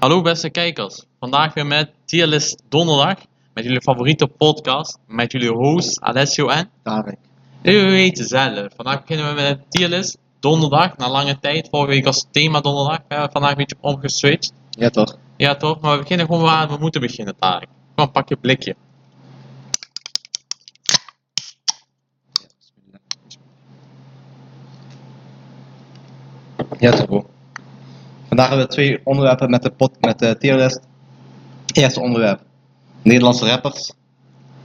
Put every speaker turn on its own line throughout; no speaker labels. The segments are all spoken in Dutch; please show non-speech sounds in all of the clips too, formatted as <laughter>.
Hallo beste kijkers, vandaag weer met Tierlist Donderdag, met jullie favoriete podcast, met jullie host Alessio en
Tarek.
jullie weten zelf. Vandaag beginnen we met Tierlist Donderdag, na lange tijd, vorige week was het thema donderdag, we hebben vandaag een beetje omgeswitcht.
Ja, toch?
Ja toch, maar we beginnen gewoon waar we moeten beginnen Tarek. Kom, pak je blikje.
Ja, toch, bro. Vandaag hebben we twee onderwerpen met de, pot, met de tierlist. Eerste onderwerp: Nederlandse rappers.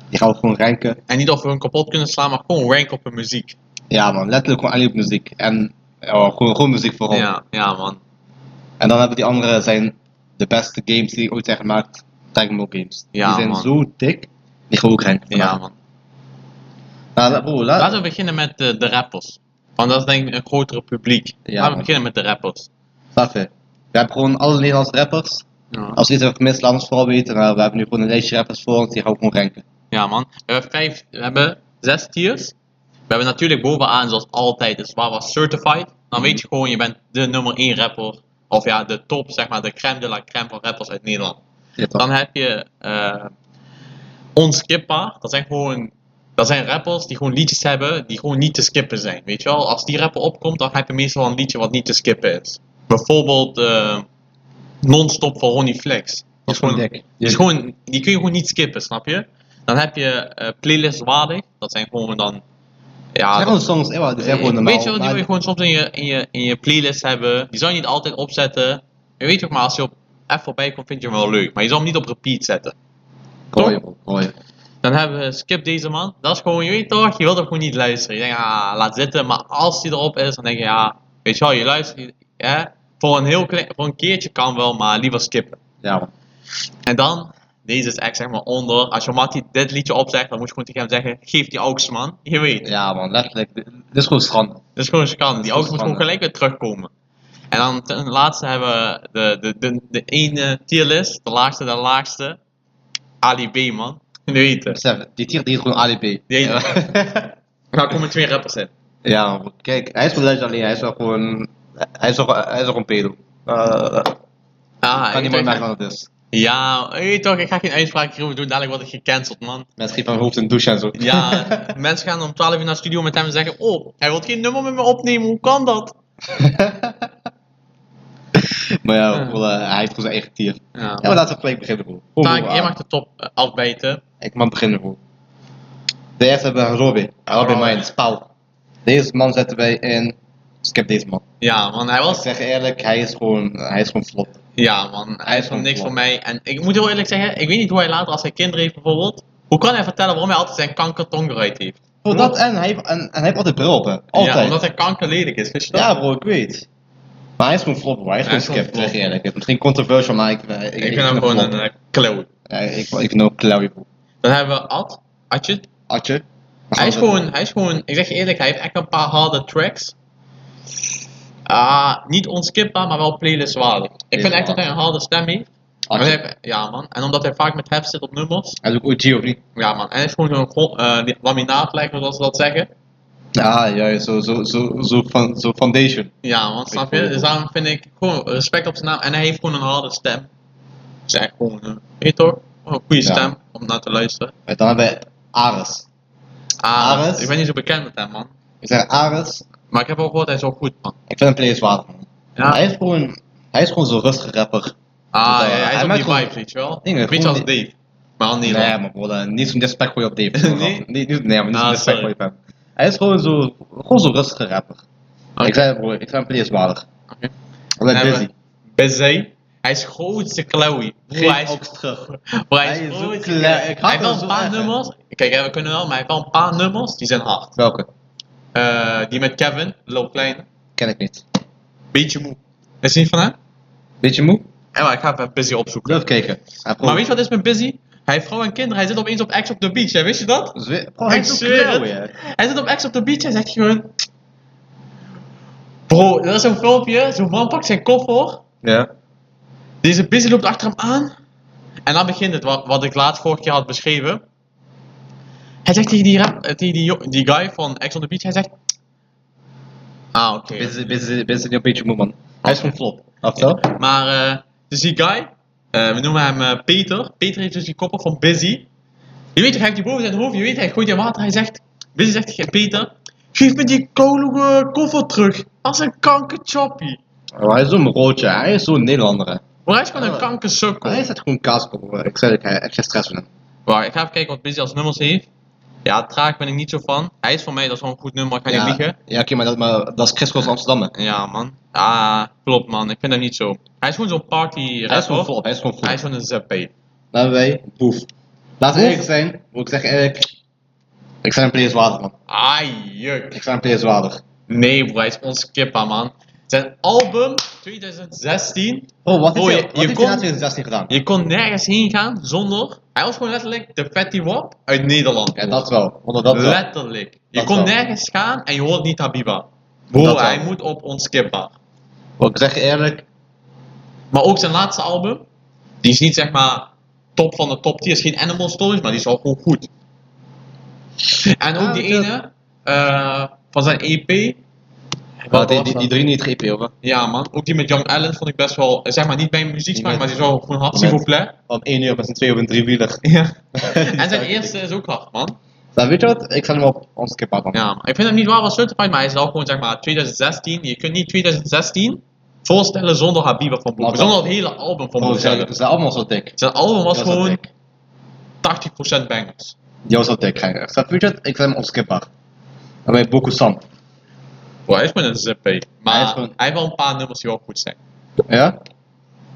Die gaan we gewoon ranken.
En niet of we hem kapot kunnen slaan, maar gewoon rank op hun muziek.
Ja, man, letterlijk gewoon alleen op muziek. En ja, gewoon, gewoon muziek vooral.
Ja, ja man.
En dan hebben we die andere, zijn de beste games die ooit zijn gemaakt: Dragon Ball Games.
Ja,
die zijn
man.
zo dik. Die gaan we ook ranken.
Ja man.
Nou, la- bro, la-
Laten we beginnen met eh, de rappers. Want dat is denk ik een grotere publiek.
Ja,
Laten we
man.
beginnen met de rappers.
Snap je? We hebben gewoon alle Nederlandse rappers. Als we iets hebben gemist, laat ons vooral weten. Maar eh, we hebben nu gewoon een lijstje rappers voor ons, die gaan we gewoon ranken.
Ja man, we hebben, vijf, we hebben zes tiers. We hebben natuurlijk bovenaan zoals altijd, dus waar was certified. Dan weet je
Mhm.
gewoon, je bent de nummer 1 rapper. Of ja, de top, zeg maar, de crème de la crème van rappers uit Nederland.
Ja, toch?
Dan heb je eh onskipbaar. Dat zijn gewoon dat zijn rappers die gewoon liedjes hebben die gewoon niet te skippen zijn. Weet je wel, als die rapper opkomt, dan heb je meestal een liedje wat niet te skippen is. Bijvoorbeeld eh Non-Stop van Ronnie Flex.
Dat is gewoon dik. Dus
Die, is gewoon, die kun je gewoon niet skippen, snap je? Dan heb je eh playlist waardig. Dat zijn gewoon dan. Ja,
zijn
dat-
gewoon songs, ja, die zijn gewoon normaal.
Weet je wel, die
maar
wil je gewoon soms in je, in, je, in je playlist hebben. Die zou je niet altijd opzetten. Je weet toch maar, als je op F voorbij komt, vind je hem wel leuk. Maar je zal hem niet op repeat zetten.
Gooi hem, gooi hem.
Dan hebben we Skip Deze Man. Dat is gewoon, je weet toch, je wilt hem gewoon niet luisteren. Je denkt, ah, laat zitten. Maar als die erop is, dan denk je, ja, weet je wel, je luistert. je- Hè? Voor, een heel klein, voor een keertje kan wel, maar liever skippen.
Ja, man.
En dan, deze is echt zeg maar onder. Als je Matty dit liedje opzegt, dan moet je gewoon tegen hem zeggen, geef die aux man. Je weet.
Ja, man, letterlijk. Dit dit is gewoon strand.
Dat is gewoon schande. Die
Dat is
auto moet gewoon
gewoon
gelijk weer terugkomen. En dan ten laatste hebben we de, de, de, de ene tierlist, de laagste, de laagste. Ali B, man. Nu weet het.
Besef, die tier die is gewoon ADP.
Die-
Ja, <laughs>
Daar komen twee rappers in.
ja, man. Kijk, hij is wel legend alleen. Hij is wel gewoon... Hij is wel, hij is wel een pedo. Eh,
Ah,
kan
ik
niemand
denk-
maken wat het is.
Ja, je weet toch, ik ga geen uitspraak hierover doen, dadelijk word ik gecanceld, man.
Mensen geven hem hoofd een douche en zo.
Ja, mensen gaan om 12 uur naar de studio met hem en zeggen: Oh, hij wil geen nummer met me opnemen, hoe kan dat?
<laughs> maar ja, wel, eh, hij heeft gewoon zijn eigen tier.
Ja,
Ja, maar laten we gelijk beginnen, bro. Oh,
Taak,
bro,
jij
ah,
mag de top eh, afbijten.
Ik mag beginnen, bro. De eerste hebben we Robin. Robin
Robin.
Mines, Paul. Deze man zetten wij in... Skip deze man.
Ja, man, hij
Ik
was
zeg eerlijk, hij is gewoon, hij is gewoon vlot.
Ja, man, hij is gewoon niks
Klopt.
voor mij. En ik moet heel eerlijk zeggen, ik weet niet hoe hij later, als hij kinderen heeft bijvoorbeeld, hoe kan hij vertellen waarom hij altijd zijn kankertong eruit heeft?
Bro, Oh, dat en hij, heeft- en, en hij heeft altijd bril op, hè.
Ja,
Altijd.
omdat
Ja,
hij kanker lelijk is, wist je dat?
bro, ik weet. Maar hij is gewoon flop, bro. Hij is
Hij
gewoon
is gewoon
skip, zeg
flop.
eerlijk. Het is misschien controversial, maar ik... eh,
ik vind hem
flop.
gewoon een eh, klauw.
Ja, ik, ik vind hem ook klauwie, bro.
Dan hebben we Ad, Adje.
Atje?
Hij is, gewoon, hij is gewoon, ik zeg je eerlijk, hij heeft echt een paar harde tracks. Ah, niet onskipbaar, maar wel playlistwaardig. Ik vind echt dat hij een harde stem heeft. Maar hij
Atje.
heeft- Ja, man. En omdat hij vaak met hef zit op nummers.
Hij is ook OG, of niet?
Ja, man. En hij is gewoon zo'n gro- eh, die laminaatlegger, zoals ze dat zeggen.
Ja, juist. Zo, zo, zo, zo, van, zo foundation.
Ja, want snap je? Dus daarom vind ik gewoon respect op zijn naam. En hij heeft gewoon een harde stem. Zeg gewoon, eh, weet je toch? Gewoon Een goede
Ja.
stem om naar te luisteren.
En dan hebben we Ares.
Ah,
Ares?
ik ben niet zo bekend met hem, man.
Ik zeg Ares,
Maar ik heb ook gehoord, hij is wel goed, man.
ik vind hem players waard, man.
Ja.
Hij is gewoon, hij is gewoon zo'n rustige rapper.
ah,
Totaal,
ja, hij
hij
is op
maakt
die
gewoon-
vibe, weet je wel?
Dingen,
Een beetje
gewoon
als Dave. Maar al niet,
Nee,
man.
maar bro, eh, niet zo'n respect voor je op Dave.
Nee?
<laughs> nee? Niet, niet, nee, maar niet
Ah,
zo'n respect
sorry.
voor je op hem. Hij is gewoon zo'n gewoon zo rustige rapper.
Oké.
Ik zei bro, ik zei hem is waardig.
Oké.
Alleen
Dan
Dizzy.
hebben we Bizzy. Hij is grootste klauwie. Broer, Hij is
terug.
broer, hij
Hij
is
is zo
grootste
klein.
klauwie.
Ik
Hij
had
heeft
hem
wel een
zo
paar
echt, hè.
nummers. Kijk, hè, we kunnen wel, maar hij heeft wel een paar nummers die zijn hard.
Welke?
Eh, die met Kevin, Low Kleine.
Ken ik niet.
Beetje moe. Is het niet van hem?
Weet je moe?
Ja, maar ik ga even Busy opzoeken.
Durf kijken. Hij
Maar weet je wat is met Busy? Hij heeft vrouw en kinderen. Hij zit opeens op Ex op the Beach. Hè? Wist je dat?
je... Bro, hij
Ik
is zo
zweer
klauw,
het.
hè.
Hij zit op Ex op the Beach. Hij zegt gewoon... Bro, dat is zo'n filmpje. Zo'n man pakt zijn koffer.
Ja.
Deze Busy loopt achter hem aan. En dan begint het, wat, wat ik laatst vorige keer had beschreven. Hij zegt tegen die, rap, eh, tegen die, jo- die guy van Ex on the Beach. Hij zegt... Ah, oké.
Dit is- dit is dit is niet een beetje moe, man. Hij is gewoon flop. Aftel?
Maar eh, Dus die guy, eh, we noemen hem eh, Peter. Peter heeft dus die koppel van Busy. Je weet, hij heeft die boven zijn hoofd, je weet, hij gooit die in water. Hij zegt, Busy zegt tegen Peter, geef me die koude koffer terug. Als een kankerchoppie.
Oh, hij is zo'n roodje, hij is zo'n Nederlander. hè.
Maar hij is gewoon een
Oh.
kankersukkel.
Hij is het gewoon kaaskool. Ik zeg, ik heb echt geen stress van hem.
Wacht, ik ga even kijken wat Busy als nummers heeft. Ja, traag ben ik niet zo van. Hij is voor mij, dat is wel een goed nummer, ik ga
ja,
niet liegen.
Ja, oké, maar, dat, maar dat is Chris Cross Amsterdam. hè.
Ja, man. Ah, klopt, man. Ik vind hem niet zo. Hij is gewoon zo'n party
Hij is gewoon
rapper.
vol, hij is gewoon vol.
Hij is gewoon een zeppé.
Dan hebben wij Boef. Laten we
Boef?
eerlijk zijn, moet ik zeggen, Erik. Ik zijn een player zwaarder, man.
Ah, juk.
Ik zijn een player zwaarder.
Nee, bro, hij is ons kippa, man. Zijn album 2016.
Oh, wat
Oh,
heeft hij
je-
wat
je
heeft hij
kon-
na 2016 gedaan?
Je kon nergens heen gaan zonder. Hij was gewoon letterlijk de Fatty Wap uit Nederland.
Ja, dat wel. Want dat wel.
letterlijk. Je
Dat
kon
wel.
nergens gaan en je hoort niet Habiba. Bro,
Dat
hij
wel.
moet op ons kippa.
Want ik zeg je eerlijk,
Maar ook zijn laatste album, die is niet zeg maar top van de top tier, is geen Animal Stories, maar die is wel gewoon goed. En ook
Ah,
die
dat-
ene eh, van zijn EP.
wat
was
die, die,
dat?
die drie niet gepen, hoor.
Ja man, ook die met Young Allen vond ik best wel, eh, zeg maar niet bij mijn muzieksmaak,
Met-
maar die is wel gewoon hard, s'il
met-
vous
<laughs>
plaît.
Om één uur met z'n twee op een driewieler.
Ja.
<laughs>
En zijn
zou-
eerste is ook hard man.
Nou, weet je wat? Ik zet hem op ons kip af, man.
Ja, maar ik vind hem niet waar wat certified, maar hij is wel gewoon zeg maar 2016. Je kunt niet 2016 voorstellen zonder Habiba van Boek,
Dat wel.
zonder het hele album van
Oh,
Boek.
ze ze zijn allemaal zo dik.
Zijn album was
Dat is
gewoon
dik.
80% bangers.
Die was zo dik, Hein. Ik zeg, weet je wat? Ik zet hem op ons kip af. Dan ben je Boku Sam.
Bro, hij is gewoon een zippy. Maar
Hij
hij,
is gewoon-
heeft wel een paar nummers die wel goed zijn.
Ja?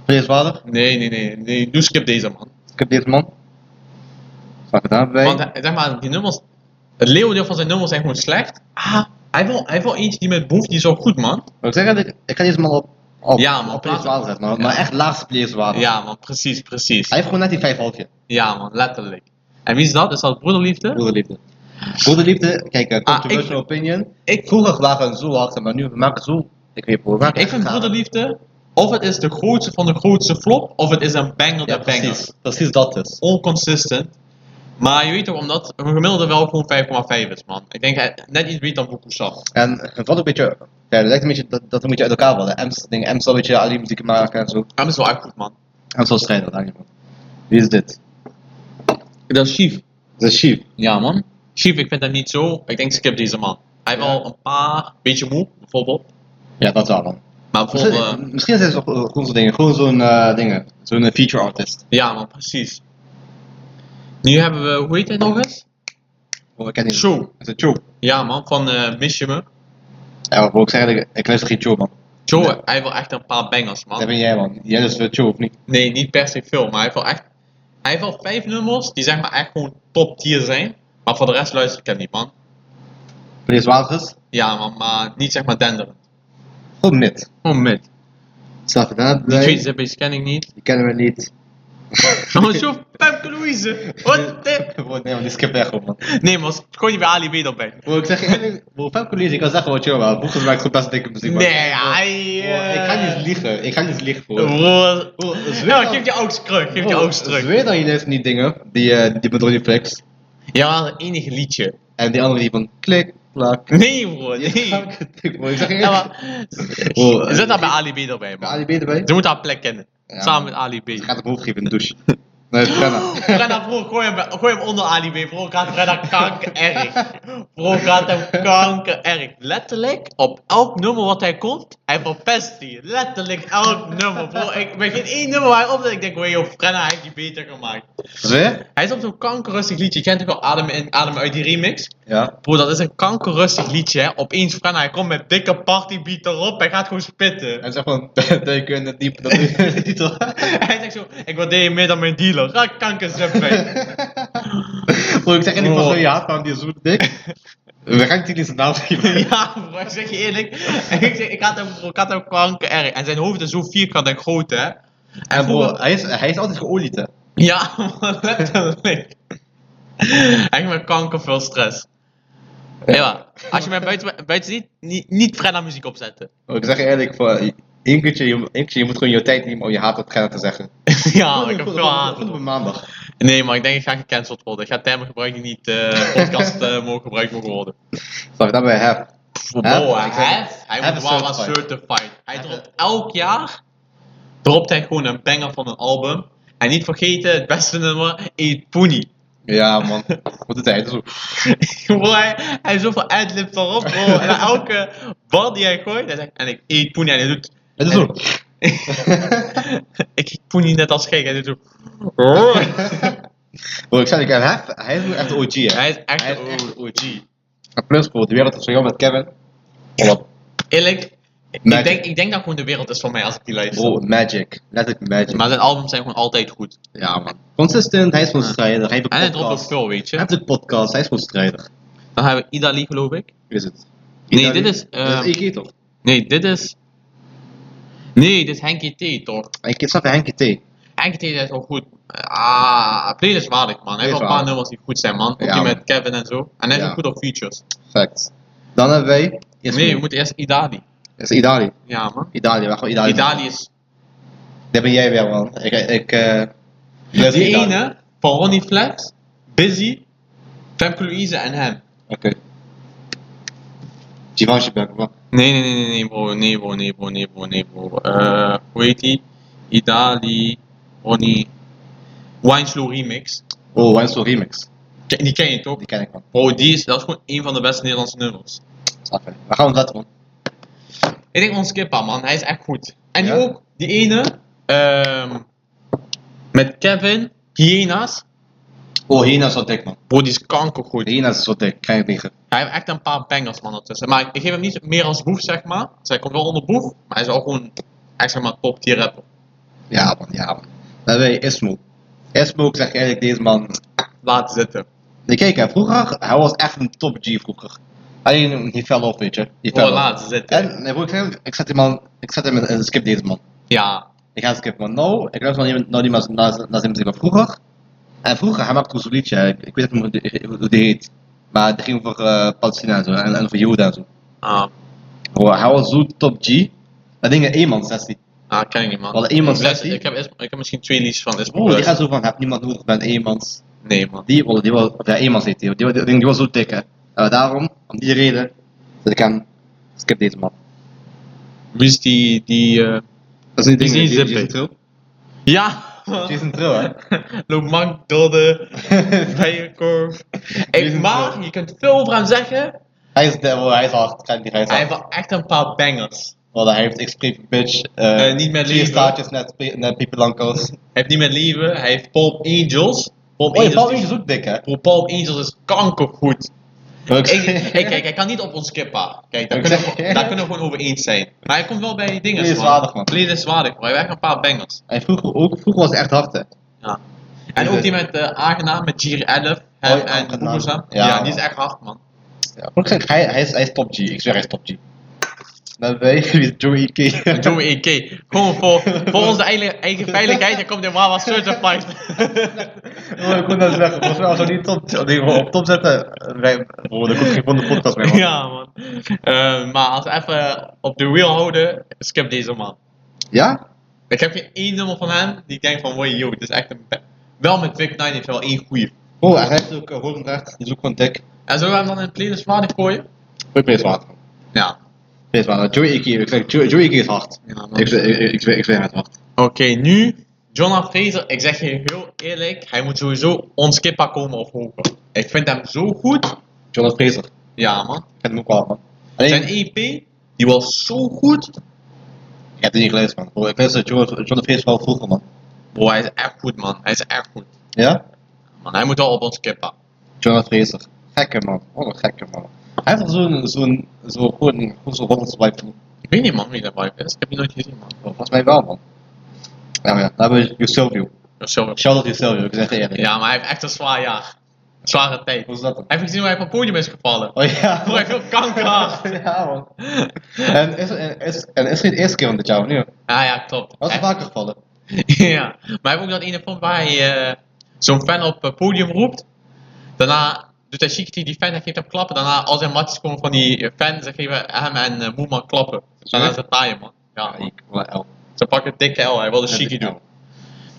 Player zwaarder?
Nee, nee, nee. nee. Doe skip deze man.
Ik heb deze man. Zag het daarbij?
Want hij- zeg maar, die nummers... Het leeuwendeel van zijn nummers zijn gewoon slecht. Ah, hij heeft wel, hij heeft wel eentje die met Boef, die is wel goed man.
Wil ik zeggen dat ik, ik ga deze man op, op,
Ja, man, plaats-
op playerswaarde zetten, maar, maar
Ja.
echt laagste playerswaarde.
Ja man, precies, precies.
Hij heeft gewoon net die vijf halfje.
Ja man, letterlijk. En wie is dat? Is dat Broederliefde?
Broederliefde. Broederliefde, kijk, eh, controversial opinion.
Ah, Ik,
Vroeger waren we zo hard, maar nu we maken zo... Ik weet niet,
ik vind Broederliefde... Of het is de grootste van de grootste flop, of het is een banger
Ja,
der bangers.
precies. Precies dat dus.
Onconsistent. Maar je weet toch, omdat een gemiddelde wel gewoon 5,5 is man. Ik denk hij- net iets beter dan Boekoesaf.
En het valt ook een beetje... Ja, het lijkt een beetje dat, dat we een beetje uit elkaar vallen. Ems, ding, Ems zal een beetje alleen muziek maken en zo.
Hem is wel echt goed, man.
Ems zal strijden, daar niet van. Wie is dit?
Dat is Chief.
Dat is Chief.
Ja, man. Chief, ik vind hem niet zo. Ik denk, skip deze man. Hij heeft
Ja.
wel een paar, beetje moe, bijvoorbeeld.
Ja, dat wel man.
Maar bijvoorbeeld,
Misschien, misschien zijn ze ook, eh, gewoon zo'n dingen. Gewoon zo'n eh, dingen. Zo'n eh, feature artist.
eh, ja, man, precies. Nu hebben we, hoe heet hij nog eens?
Oh, ik ken die.
Show.
Het is Joe.
Ja, man, van eh Miss Je Me.
Ja, maar ik zeggen, ik, ik luister geen Joe, man.
Joe,
Nee.
hij wil echt een paar bangers,
Dat
man.
ben jij, man. Jij luistert Joe, of niet?
Nee, niet per se veel, maar hij heeft wel echt. Hij heeft wel vijf nummers die zeg maar echt gewoon top tier zijn. Maar voor de rest luister ik hem niet, man.
Meneer Zwaarders?
Ja, man, maar niet zeg maar denderend.
Gewoon mid.
Oh, mid.
Snap je dat?
Die twee
Nee,
zippies ken ik niet.
<laughs> die kennen we niet.
Maar zo, Pepke Louise. What the...
Bro, nee, man, die skip weg, man.
Nee, maar gooi die bij Ali B erbij.
Bro, ik zeg je eerlijk, bro, Fab Colise, ik kan zeggen wat je wil, Boekers maakt gewoon best dikke muziek, man.
Nee,
Bro,
hij. eh,
bro, ik ga niet liegen, ik ga niet liegen, Oh, bro.
Broer.
Bro, zweer
Nou,
dan-
geef je oogst terug, geef je
bro,
oogst terug.
Zweer dan je luistert niet dingen, die, eh, die met Ronnie Flex.
Ja, het enige liedje.
En die andere die van klik, klak.
Nee, broer, nee.
<laughs> Bro, ik zeg je
Ja,
eerlijk.
maar-
Bro, eh,
Zet daar bij Ali B erbij, man.
Ali B erbij?
Ze moet haar plek kennen.
Ja,
Samen
man.
met Ali B.
Ik ga de boel geven in de douche. <laughs> Nee, nou. Brenna.
Brenna, broer, gooi hem, gooi hem onder Ali B. Bro, gaat Brenna kanker erg. Bro, gaat hem kanker erg. Letterlijk, op elk nummer wat hij komt, hij verpest die. Letterlijk elk nummer, bro. Ik ben geen één nummer waarop dat ik denk, wee, joh, Brenna hij heeft die beter gemaakt.
Zweer?
Hij is op zo'n kankerrustig liedje. Je kent ook wel Adem in, Adem uit die remix.
Ja.
Bro, dat is een kankerrustig liedje, hè. Opeens, Brenna, hij komt met dikke partybeat erop. Hij gaat gewoon spitten.
En zeg <laughs> gewoon, dat je het diep, dat je <laughs> titel.
<laughs> Hij zegt zo, ik waardeer je meer dan mijn dealer. Ga kanker zeppen.
Bro, ik zeg niet van
Bro.
zo je haat aan die is zo dik. <laughs> We gaan die niet zijn naam <laughs> geven.
<laughs> Ja, bro, ik zeg je eerlijk. <laughs> Ik, zeg, ik had hem, bro, ik had hem kanker erg. En zijn hoofd is zo vierkant en groot, hè. En,
En bro,
vroeger-
hij is, hij is altijd geolied hè.
<laughs> Ja, man, letterlijk. <laughs> Echt met kanker veel stress. Ja, als je mij buiten, buiten ziet, niet, niet Frenna muziek opzetten. <laughs>
Bro, Oh, ik zeg je eerlijk, voor één keertje, je, één keertje, je moet gewoon je tijd nemen om je haat op Gerrit te zeggen.
ja, Ah, ik heb
Goed,
veel
goed,
haat.
goed op een maandag.
Nee, maar ik denk ik ga gecanceld worden. Ik ga termen gebruiken die niet eh podcast eh, mogen gebruikt mogen worden.
Sorry, dat ben je hef.
Bro,
ik zeg-
hef, hij
Hef
moet
is
wel wat
certified.
certified. Hij
Hef-
dropt elk jaar dropte hij gewoon een banger van een album. En niet vergeten, het beste nummer, Eat Poenie. <laughs>
Ja, man. Wat de tijd is ook.
Bro, hij, hij heeft zoveel adlibs erop, bro. En elke bal die hij gooit, hij zegt, en ik eet poenie. En hij doet,
Het is ook.
<laughs> ik eet poenie net als gek. Hij doet <laughs> zo.
<laughs> Bro, ik zei, ik, hij, heeft- hij is nu echt OG, hè.
hij is echt
Hij is echt
een OG.
En plus, bro, de wereld is zo jong met Kevin. Wat?
Eerlijk, ik
Magic.
denk, ik denk dat gewoon de wereld is voor mij als ik die luister.
Bro, Oh, magic. Letterlijk magic.
Maar zijn albums zijn gewoon altijd goed.
Ja, man. Consistent, hij is gewoon strijder. Hij heeft
En hij
een
dropt ook
podcast.
veel, weet
Hij
je.
heeft een podcast, hij is gewoon strijder.
Dan hebben we Idali, geloof ik.
Wie is het?
Nee,
Italië?
dit is, eh,
Dit is Ike, toch?
Nee, dit is... Nee, dit is Henkie T, toch?
Ik snap Henkie T.
Henkie T is wel goed. Ah, Play is waardig, man. Hij heeft wel een paar
Playlist waardig.
nummers die goed zijn, man. Ook
Ja,
die
man.
met Kevin en zo. En hij is
Ja.
ook goed op features.
Facts. Dan hebben wij...
nee, we moeten eerst Idali.
Dat is Idali.
Ja, man.
Idali, wacht wel, Idali.
Idali is.
Daar ben jij weer, man. Ik, ik, eh luister
Die
Idali.
ene van Ronnie Flex, Busy, Femke Louise en hem.
Oké. Givenchy Bug, man.
Nee, nee, nee, nee, nee, bro. Nee, bro, nee, bro, nee, bro, nee, bro. Eh, hoe heet die? Idali, Ronnie. Wineslow Remix.
Oh, Wenzel Remix.
Ke- Die ken je toch?
Die ken ik, man.
Bro, die is, dat is gewoon een van de beste Nederlandse nummers.
Snap je. Waar gaan we dat, man?
Ik denk ons Kippa, man. Hij is echt goed. En die
Ja?
ook, die ene, ehm, met Kevin, Hyena's.
Oh, Hina is zo dik, man.
Bro, die is kankergoed.
Hina is zo dik. Kan ik niet ge-
Hij heeft echt een paar bangers man ertussen. Maar ik geef hem niet meer als boef, zeg maar. Dus hij komt wel onder boef, maar hij is wel gewoon echt zeg maar top tier rapper.
Ja, man. Ja, man. Dan hebben wij Ismo. Ismo, ik zeg je eigenlijk, deze man...
Laat zitten.
Nee, kijk, hè, vroeger, hij was echt een top G vroeger. Alleen, die fell off, weet je. Die fell
Gewoon
off.
Oh, laat zitten.
En, nee, broer, ik, zeg- ik zet die man... Ik zet hem in een skip deze man.
Ja,
Ik ga skippen, want nou, ik luister nog niet, nog niet meer naar, naar zijn muziek van vroeger. En vroeger, hij maakte gewoon zo'n liedje, ik, ik weet niet hoe die, hoe die heet. Maar het ging over eh, Palestina en zo, en, en over Joden en zo.
ah,
Bro, hij was zo top G. Dat ding een eenmans sessie.
ah ken ik niet, man.
Wat iemand
Les-
zegt die-
ik, heb, is- ik heb misschien twee liedjes van Ismo
Bro, Oh, die
Plus.
gaat zo van, heb niemand nodig, ben eenmans.
Nee, man.
Die, bro, die was, of ja, eenmans heet die, die, die, die was zo dik hè. En daarom, om die reden, dat ik hem, skip deze man.
Wie is die, die, eh,
Dat is niet
Die
ding,
is niet
die-
zippig.
die is een trill.
<laughs> Ja!
Die is een trill hè.
Loop mank door <laughs> de bijenkorf. Ik,
Jezus, Ah.
maar, je kunt veel over hem zeggen.
Hij is, de- bro, hij is hard, hij is hard.
Hij heeft wel echt een paar bangers.
Want hij heeft Extreme Bitch.
Eh, niet met
Vier
liefde.
staartjes net, pe- net Pippi Lankaus.
Hij heeft niet met lieven, hij heeft Palm Angels. Palm
Oh, je valt
die-
niet zo dik, hè?
Bro, Palm Angels is kankergoed.
Ik,
Ik,
<laughs>
ik, kijk, hij kan niet op ons kippa. Kijk, daar
Ik
kunnen,
zeg-
we, daar kunnen we gewoon over eens zijn. Maar hij komt wel bij die dingen.
Leden is waardig, man.
Leden is waardig, maar hij heeft echt een paar bangers.
Hij vroeger, ook, vroeger was hij echt hard, hè?
Ja. En ook die met eh Aangenaam, met Jiri 11, hem
Oh,
en
Aangenaam.
Boezem. Ja,
Ja,
die is
man.
echt hard, man.
Ja. Maar ik zeg, hij, hij, is, hij is top G. Ik zweer, hij is top G. Dan ben je wie is Joey K.
Joe EK. Gewoon voor, voor onze eigen, eigen veiligheid, hij komt in Wawa Certified.
Oh, ik kon dat zeggen. Volgens mij, als we die top, die we op top zetten, eh, wij, bro, dan komt geen volgende podcast meer, man.
ja, man. Eh, maar als we even op de wheel houden, skip deze man.
Ja?
Ik heb geen één nummer van hem die ik denk van, wow, yo, dit is echt een... ba- Wel met Vic 9 heeft hij wel één goeie.
Oh, en hij heeft ook uh, Holendrecht. Die is ook gewoon dik.
En zullen we hem dan in de playlist waardig gooien?
Ik weet het wel.
Ja.
Weet wel, Joey K. Ik zeg, Jo- Joey K is hard.
ja man.
Ik zweer, ik- ik- ik zweer, ik zweer, hij is hard.
Oké, nu... Jonah Fraser, ik zeg je heel eerlijk, hij moet sowieso ons kippa komen of hoger. Ik vind hem zo goed.
Jonathan Fraser.
Ja, man.
Ik vind hem ook wel, hard, man. Alleen,
Zijn EP, die was zo goed.
Ik heb het niet gelezen, man. Bro, ik lees dat John, John de Vrees wel vroeger, man.
Bro, hij is echt goed, man. Hij is echt goed.
Ja?
Man, hij moet wel op ons kippa.
John de Vreeser. Gekke man. Wat een gekke man. Hij heeft wel zo'n, zo'n, zo'n, gewoon, gewoon zo'n Hollandse vibe. van-
Ik weet niet, man, wie dat vibe is. Ik heb die nooit gezien, man.
Volgens mij wel, man. Ja, maar ja. Dan hebben we Yusilvio.
Dat is zo-
Shout out Yusilvio, ik zeg het eerlijk.
Ja, maar hij heeft echt een zwaar jaar. Zware tijd.
Hoe is dat dan?
Heb je gezien hoe hij van het podium is gevallen?
<laughs> Oh ja.
Bro, hij heeft ook kanker.
<laughs> ja, man. En is, en, is, en is het niet de eerste keer van dit jaar, of niet?
Ah ja, klopt.
Was is
Hij-
vaker gevallen?
<laughs> ja. Maar hij heeft ook dat ene filmpje waar hij eh, zo'n fan op het podium roept. Daarna doet hij chic tegen die fan en geeft hem klappen. Daarna, als hij matjes komen van die fan, ze geven hem en eh, Moema klappen. Daarna is het taaien, man. Ja, man.
ik wil L.
Ze pakken dikke L, hij wilde
Ja,
chic
dikke L.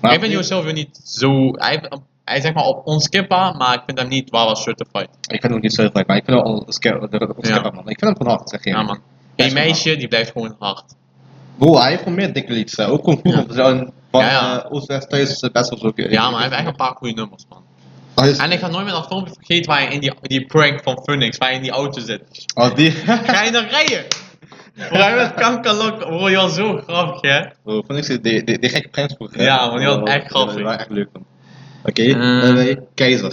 doen. ik vind Joost Silvio niet zo... Hij, hij is zeg maar op ons kippa, maar ik vind hem niet waar was certified.
Ik vind hem niet zo heel leuk, maar ik vind hem wel een scare- een scare- man. Ik vind hem gewoon hard, zeg je.
Ja,
eerlijk.
man.
Ja,
Die
is wel
meisje, die blijft gewoon hard.
Bro, hij heeft gewoon meer dikke liedjes. hè. Ook gewoon vroeger. Ja. Zo van
Ja, ja.
eh, Oost-West thuis eh, best wel zo.
Ja, maar hij heeft echt een paar goede nummers, man.
Hij is-
En ik ga nooit meer dat filmpje vergeten waar je in die, die prank van Funix, waar je in die auto
<laughs>
zit.
Oh, die.
Ga je dan rijden? Rij met kankerlok, bro, je was zo grappig, hè?
Bro, vond Oh, ik ze- die, die, die gekke pranks vroeger. hè.
Ja, man, die was
Oh,
echt
die
grappig.
waren echt leuk, man. Oké,
Eh.
eh, Keizer.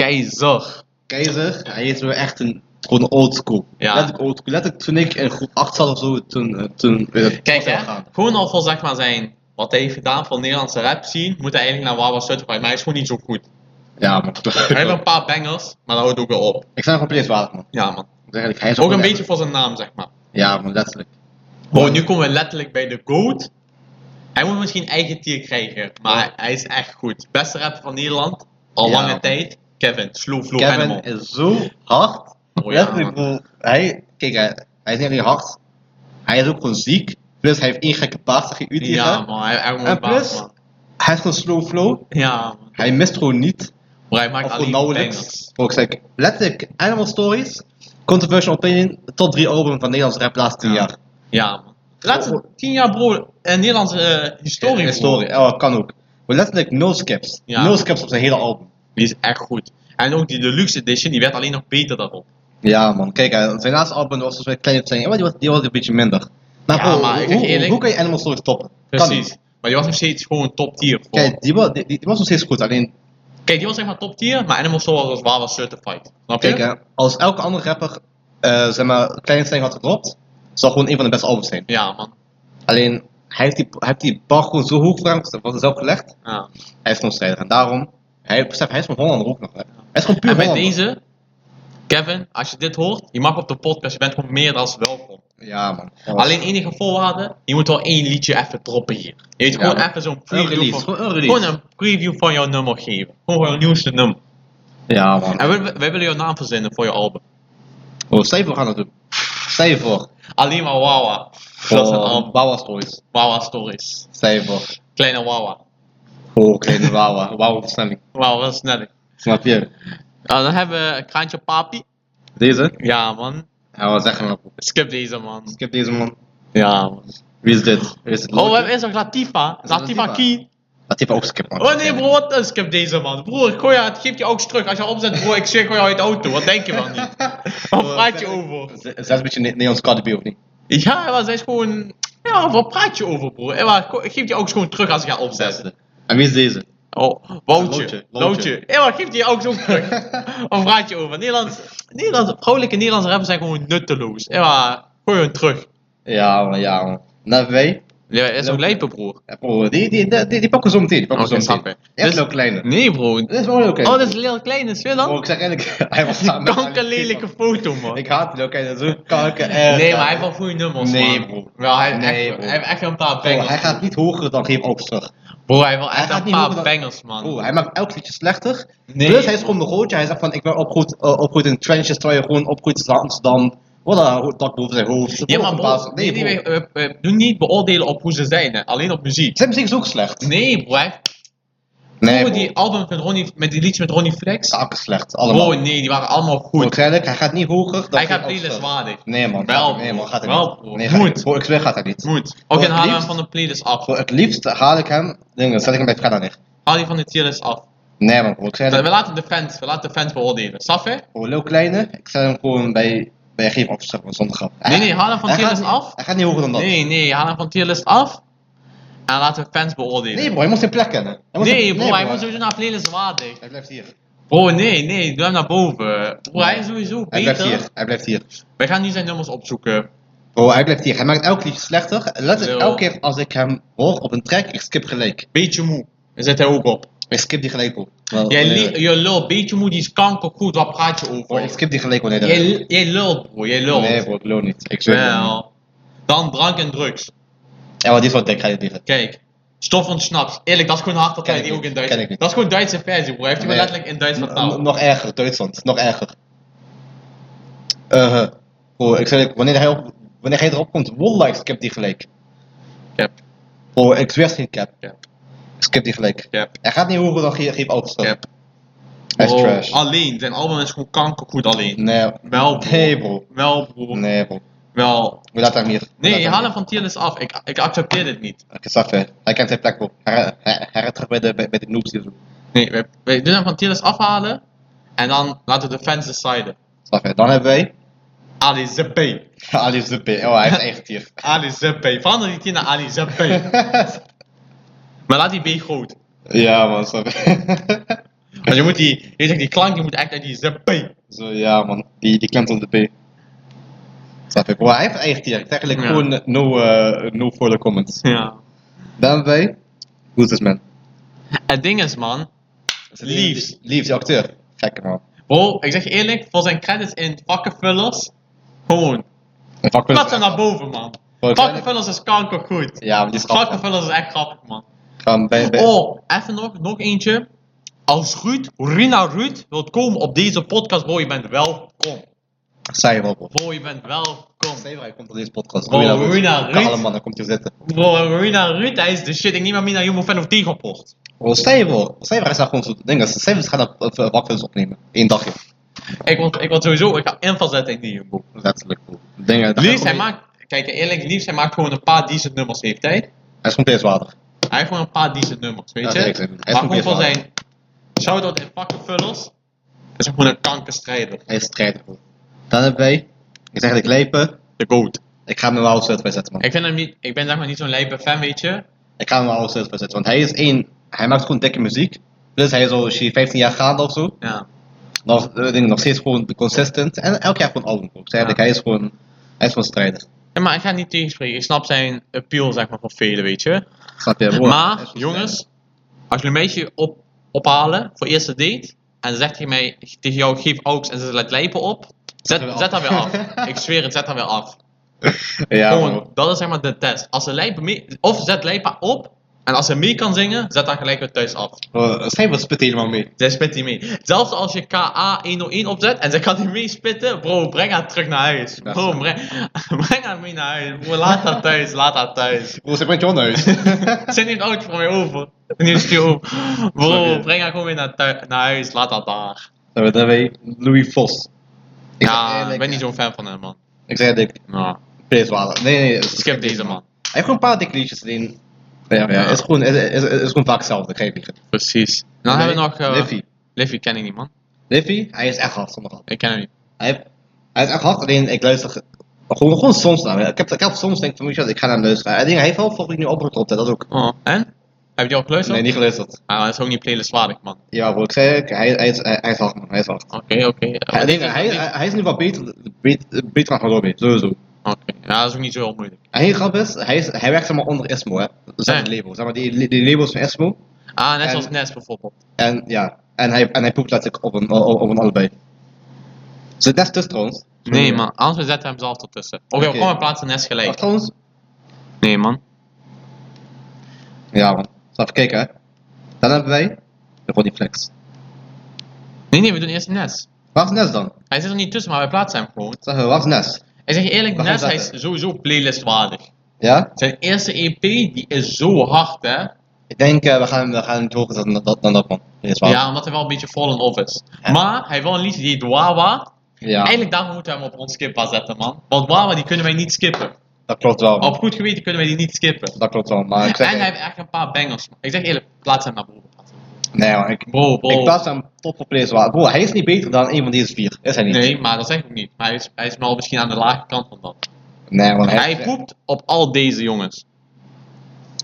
Keizer.
Keizer, hij is wel echt een. Gewoon old school.
Ja.
Letterlijk old school. Letterlijk toen ik in groep 8 zat of zo, toen. eh, toen eh,
Kijk,
was al
hè,
gaande.
gewoon al voor zeg maar zijn, wat hij heeft gedaan voor Nederlandse rap zien, moet hij eigenlijk naar Wawa Certified, maar hij is gewoon niet zo goed.
Ja, <laughs> man.
Hij heeft een paar bangers, maar dat houdt ook wel op.
Ik sta nog op Prins Waard, man.
Ja, man.
Ik zeg eerlijk, hij is
Ook een
gewoon
beetje voor zijn naam, zeg maar.
echt- Ja, man, letterlijk.
Bro, nu komen we letterlijk bij de GOAT. Hij moet misschien eigen tier krijgen, maar hij, hij is echt goed. Beste rapper van Nederland, al
Ja,
lange
man.
tijd, Kevin, Slow Flow
Kevin
Animal.
is zo hard.
Oh, ja,
letterlijk, bro. Hij, kijk, hij, hij is niet alleen hard. Hij is ook gewoon ziek. Plus, hij heeft één gekke baas tegen u
Ja, man, hij, hij moet
En
een baas,
plus-
man.
Hij is gewoon slow flow.
Ja, man.
Hij mist gewoon niet.
Maar hij maakt
Of gewoon
alleen
nauwelijks.
bangers.
Bro, ik zeg, letterlijk, Animal Stories, Controversial Opinion, tot drie album van Nederlands rap de laatste tien
Ja.
jaar.
Ja, man. De laatste tien jaar, bro, en Nederlandse eh, historie, bro.
Story, oh, kan ook. Maar letterlijk, no skips.
Ja.
No skips op zijn hele album.
Die is echt goed. En ook die deluxe edition, die werd alleen nog beter daarop.
Ja, man. Kijk, eh, zijn laatste album was volgens mij Kleine Opzijn, maar die was, die was een beetje minder. Maar,
Ja,
bro,
maar ik
hoe,
zeg
hoe-
eerlijk-
hoe kan je Animal Stories toppen? Kan
Precies.
niet.
Maar die was nog steeds gewoon top tier. bro.
Kijk, die, wa- die, die- die was nog steeds goed, alleen
Kijk, die was zeg maar top tier, maar Animal Soul was waar was certified. Snap je?
Kijk, hè, als elke andere rapper, eh zeg maar, Kleine Stijn had gedropt, zou gewoon een van de beste albums zijn.
Ja, man.
Alleen, hij heeft die, hij heeft die bar gewoon zo hoog gebracht, dat was zelf gelegd.
Ja.
Hij is gewoon strijder. En daarom, hij, besef, hij is van Hollander ook nog. Hè. Hij is gewoon puur
En bij
Hollander.
deze, Kevin, als je dit hoort, je mag op de podcast, je bent gewoon meer dan welkom.
Ja, man.
Alleen enige voorwaarde, je moet wel één liedje even droppen hier. Je weet
Ja,
gewoon
man.
even zo'n
Een
preview.
release,
van-
gewoon een
gewoon
release.
een preview van jouw nummer geven. Gewoon jouw nieuwste nummer.
Ja, man.
En wij, wij willen jouw naam verzinnen voor je album.
Oh, stel je voor, we gaan dat doen. Stel je voor. Oh.
Alleen maar Wawa. Dat is een album.
Wawa Stories.
Wawa Stories.
Stel je voor.
Kleine Wawa.
Oh, kleine Wawa. Wawa versnelling.
Wawa snelling.
Snap je?
Nou, dan hebben we een kraantje papi.
Deze?
Ja, man.
Ja, wat zeggen we nou?
Skip deze, man.
Ik heb deze man.
Ja, man.
Wie is dit? Wie is dit?
Oh, we hebben eerst nog Latifa.
dat
Latifa
Latifa?
Key.
Dat heeft ook skip, man.
Oh nee,
<laughs>
bro, wat een skip deze man. Broer, gooi haar, het geeft je ook terug. Als je opzet, broer, ik zweer gooi je uit de auto. Wat denk je van niet? Wat praat je over?
Z- Zelfs een beetje Ne- Nederlands KDB of niet?
Ja, hij was hij is gewoon... Ja, wat praat je over, broer? Hij was- ik geef je ook gewoon terug als ik ga opzetten.
En wie is deze?
Oh, Woutje.
Loutje,
Loutje. Ja, maar geeft je ook zo terug. <laughs> Wat praat je over? Nederlands, Nederlands, vrouwelijke Nederlandse rappers zijn gewoon nutteloos. Ja, maar gooi hun terug.
Ja man, ja man. Nou, wij.
Ja, dat is ook
Loutje.
lijpen, broer.
Ja, bro, die, die, die, die, die pakken we zo meteen. Die pakken we
Oké,
zo
snap
meteen.
ik.
Eerst
Dus-
Lil Kleine.
Nee, Oh, bro.
Dit is wel Lil Kleine.
Oh, dat is Lil Kleine, is weer
Bro,
dan?
ik zeg eigenlijk, <laughs> hij was samen met-
Kankerlelijke foto, man.
Ik haat Lil Kleine, zo kanker.
Nee, maar hij heeft wel goede nummers,
Eh, Nee,
man.
bro.
Wel, hij, heeft
Nee,
echt,
bro.
hij heeft echt wel een paar
Bro,
bangers.
Oh, hij gaat niet hoger dan geef ook terug.
Bro, hij heeft wel echt
gaat
een
niet
paar
hoger dan-
bangers, man.
Bro, hij maakt elk liedje slechter.
Nee,
dus hij is
bro.
gewoon de roodje. Hij zegt van, ik ben opgegroeid eh, opgegroeid in trenches, terwijl je gewoon opgroeit in Amsterdam. Wat een dak boven zijn hoofd.
ja, maar bro,
Verbaasd.
nee,
Nee,
nee,
bro.
we, we- we doen niet beoordelen op hoe ze zijn, hè. alleen op muziek.
Zijn muziek is ook slecht.
Nee, bro. Hij,
Nee,
bro,
bro.
die album met Ronnie, met die liedjes met Ronnie Flex.
Zaken slecht, allemaal.
Bro, nee, die waren allemaal
Goed.
goed.
hij gaat niet hoger dan
Hij gaat
geen
playlist
afstand.
waardig.
Nee man,
Wel,
gaat- nee, man gaat hij
wel,
niet.
broer.
Nee, gaat hij
Moet.
niet. Voor ik zweer gaat hij niet.
Moet. Oké, dan
het
halen we hem
liefst-
van de playlist af.
Voor het liefst haal ik hem, dingen, zet ik hem bij het Fred aan neer.
Haal die van de tierlist af.
Nee man, broer, ik zweer
We
dat.
laten de fans, we laten de fans beoordelen. Snap je?
Voor Lil Kleine, ik zet hem gewoon bij, bij Geef op, zeg maar, zonder grap. Hij-
Nee, nee, haal hem van
hij gaat
tierlist
niet-
af.
Hij gaat niet hoger dan dat.
Nee, nee, haal hem van tierlist af. En laten we fans beoordelen.
Nee bro, hij moet zijn plek kennen. Hij moet
Nee,
zijn-
bro, hij
bro,
moet sowieso naar playlist waardig.
Hij blijft hier.
Bro, nee, nee, doe hem naar boven. Bro, hij is sowieso
Hij blijft
beter.
hier. Hij blijft hier.
Wij gaan nu zijn nummers opzoeken.
Bro, hij blijft hier. Hij maakt elk liedje slechter. Letterlijk
Lul.
elke keer als ik hem hoor op een track, ik skip gelijk.
Beetje moe. Daar zet hij ook op.
Ik skip die gelijk bro. Wel-
Jij
wanneer-
li- je lul, beetje moe, die is kankergoed, wat praat je
Bro, Oh, ik
over?
skip die gelijk wanneer dat-
Jij, jij lul, bro, jij lul.
Nee bro, ik loon niet. Ik zweer het niet.
Wel. Dan drank en drugs.
Ja, maar die is wel dik, ga je tegen.
Kijk. Stof ontsnapt. Eerlijk, dat is gewoon hard dat
Ken
hij
ik
die ook in
niet. Ken ik
Duits.
niet.
Dat is gewoon Duitse versie, bro. Hij heeft die
Nee. Mm,
wel letterlijk in Duits vertaald.
Eh, Nog erger, Duitsland, nog erger. Eh, eh. Bro, ik zeg, wanneer hij, op, wanneer hij erop komt, wallah, ik skip die gelijk.
Cap,
Bro, ik zweer het niet, cap.
cap,
Ik skip die gelijk.
cap,
Hij gaat niet hoger dan Geef Autostad.
cap.
Hij is
Bro,
trash.
Alleen, zijn album is gewoon kankergoed alleen.
Nee.
Wel, bro.
Nee, bro.
Wel, bro.
Nee, bro.
wel.
We laten hem hier.
Nee, haal hem van tierlist af. Ik, ik accepteer dit niet.
Oké, snap je. Hij kent zijn plek op. Hij hij- hij gaat terug bij de, bij, bij de noobs hier zo.
Nee, we, we doen hem van tierlist afhalen. En dan laten de fans deciden.
Snap je. Dan hebben wij... <laughs>
Ali Zeppé.
Ali Zuppe. Oh, hij heeft eigen tier.
Ali Zeppé. Verander die tier naar Ali Zeppé. <laughs> maar laat die B groot.
<laughs> ja man, snap <laughs> je.
Want je moet die, je zegt die klank die moet echt uit die Zeppé.
Zo, ja man, die, die klemt op de P. Snap ik. Wow, hij heeft eigen tier. Eigenlijk
Ja.
gewoon no, eh, no further comments.
Ja.
Dan bij Businessman.
Het ding is, man. Leaves.
Leaves, die acteur. Gekke man.
Bro, ik zeg je eerlijk, voor zijn credits in vakkenvullers. Gewoon.
Een vakpunt-
Plaats hem naar boven, man.
Voor de-
Vakkenvullers is kanker goed.
Ja, maar die is grappig.
Vakkenvullers is echt grappig, man.
Gewoon bij, bij-
Oh, even nog, nog eentje. Als Ruud, Rina Ruud, wilt komen op deze podcast, bro, je bent welkom.
Zij wel, bro.
Bro, je bent welkom.
Zeebra komt op deze podcast.
Bro,
Goeiedag, Ruud.
Oh, Ruud.
Kale man, dan komt hij zitten.
Bro, Rina Ruud, hij is de shit. Ik neem hem mee naar Jumbo Fan of Tegenpoort.
Bro, Zeebra. Zeebra is daar gewoon zo. Denk dat Zeebra gaat dat eh, eh, vakpunt opnemen. Eén dagje.
Ik word, ik word sowieso, ik ga inval zetten in die Jumbo.
Letterlijk, bro. Denk dat-
Liefst, hij maakt, kijk eerlijk, liefst, hij maakt gewoon een paar decent nummers, heeft hij.
Hij is gewoon water.
Hij heeft gewoon een paar decent nummers, weet
Ja,
je?
zeker. Hij is
maar
goed
gewoon
bezig,
voor
man.
zijn shout-out in vakkenvullers is hij gewoon een kankerstrijder.
Hij is strijder, bro. Dan hebben wij... Ik zeg dat ik lijpen.
De goat.
Ik ga hem in mijn house set zetten, man.
Ik, vind hem niet, ik ben zeg maar niet zo'n lijpe fan, weet je?
Ik ga hem in mijn house set zetten. Want hij is één... Hij maakt gewoon dikke muziek. Plus hij is al misschien 15 jaar gaande of zo.
Ja.
Nog, eh, denk ik, nog steeds gewoon consistent. En elk jaar gewoon album, bro. Ik zeg dat
Ja.
hij is gewoon... Hij is gewoon strijder.
Ja, maar ik ga niet tegenspreken. Ik snap zijn appeal, zeg maar, van velen, weet je?
Snap je? bro? Hij is
maar,
gewoon
jongens, als je een meisje op, ophalen voor eerste date en ze zegt tegen, mij, tegen jou, geef aux en ze laat lijpen op,
haar
zet,
weer af.
zet haar weer af. ik zweer het, zet haar weer <laughs> af.
strijder. Ja,
Gewoon,
bro.
dat is zeg maar de test. Als ze lijpen mee, of zet lijpen op, en als ze mee kan zingen, zet dan gelijk weer thuis af.
bro. Zeebra spit helemaal mee.
Zij spit niet mee. Zelfs als je KA101 opzet en zij gaat niet mee spitten, bro, breng haar terug naar huis.
Dat is
Bro,
zo.
breng, <laughs> breng haar mee naar huis. Bro, laat haar thuis, laat haar thuis.
Bro, ze brengt jou naar <laughs> huis.
<laughs> Ze neemt auto voor mij over. Ze Neemt die <laughs> over.
Snap
Bro,
je?
breng haar gewoon weer naar, thui- naar huis, laat haar daar.
Dan hebben we Louis Vos. Ik zeg
Ja,
eerlijk,
ik ben niet zo'n fan van hem, man.
Ik zeg dat ik
Nou,
Prince Nee, nee, skip,
skip deze man.
Hij heeft gewoon een paar dikke liedjes erin. Ja, ja, het is gewoon, het is, het is gewoon vaak hetzelfde, geef ik. Dan
Precies. Dan hebben we nog... eh,
Liffy.
Liffy ken ik niet, man.
Liffy, hij is echt hard, sommige
Ik ken hem niet.
hij, heeft- hij is echt hard, alleen ik luister ge- gewoon, gewoon soms naar hem. Ik heb, ik heb soms denk ik van, weet je wat, ik ga naar hem luisteren. Hij, hij heeft wel volgens mij nu oproep op, dat ook.
Oh, en? Heb je die al geluisterd?
Nee, niet geluisterd.
Ah, dat is ook niet playlistwaardig, man.
Ja, bro, ik zei, ik, hij, hij, is, hij, hij is hard, man, hij is hard.
Oké, oké.
Hij, alleen, hij, hij, hij is nu wat beter, beter, beter dan Robbie, sowieso.
Oké, ja, dat is ook niet zo heel moeilijk.
En heel grappig is, hij, is, hij werkt zeg maar onder Esmo, hè. Dat zijn
Ja.
de labels, zeg maar, die, die labels van Esmo.
Ah, net
En-
zoals Nes bijvoorbeeld.
En ja, en hij, en hij poept letterlijk op een, op, op een allebei. Dus Zit Nes tussen trouwens?
Nee, man, anders we zetten hem zelf ertussen. Oké,
Oké.
we komen plaatsen Nes
Of
gelijk.
trouwens?
Nee, man.
Ja man, zal even kijken hè. Dan hebben wij Ronnie Flex.
Nee, nee, we doen eerst Nes.
Waar is Nes dan?
Hij zit er niet tussen, maar wij plaatsen hem gewoon.
Zeg maar, waar is Nes?
Ik zeg je eerlijk,
We gaan
Nes hij is
zetten.
sowieso playlistwaardig.
Ja?
Zijn eerste EP, die is zo hard, hè.
Ik denk eh, we gaan we gaan het hoger zetten dan, dat- dan dat man. Dit Is waar.
Ja, omdat hij wel een beetje fallen off is.
Ja.
Maar hij heeft wel een liedje die heet Wawa.
ja
Eigenlijk daarom moeten we hem op onskipbaar zetten, man. Want Wawa, die kunnen wij niet skippen.
dat klopt wel. man.
Op goed geweten kunnen wij die niet skippen.
Dat klopt wel, maar ik zeg...
En hij heeft echt een paar bangers. man. Ik zeg eerlijk, plaats hem naar boven.
Nee man, ik,
Bro, bro.
ik plaats hem top op deze waar. Bro, hij is niet beter dan een van deze vier. Is hij niet?
Nee, maar dat zeg ik niet. Maar hij is, hij is wel misschien aan de lage kant van dat.
Nee man, hij,
Hij poept op al deze jongens.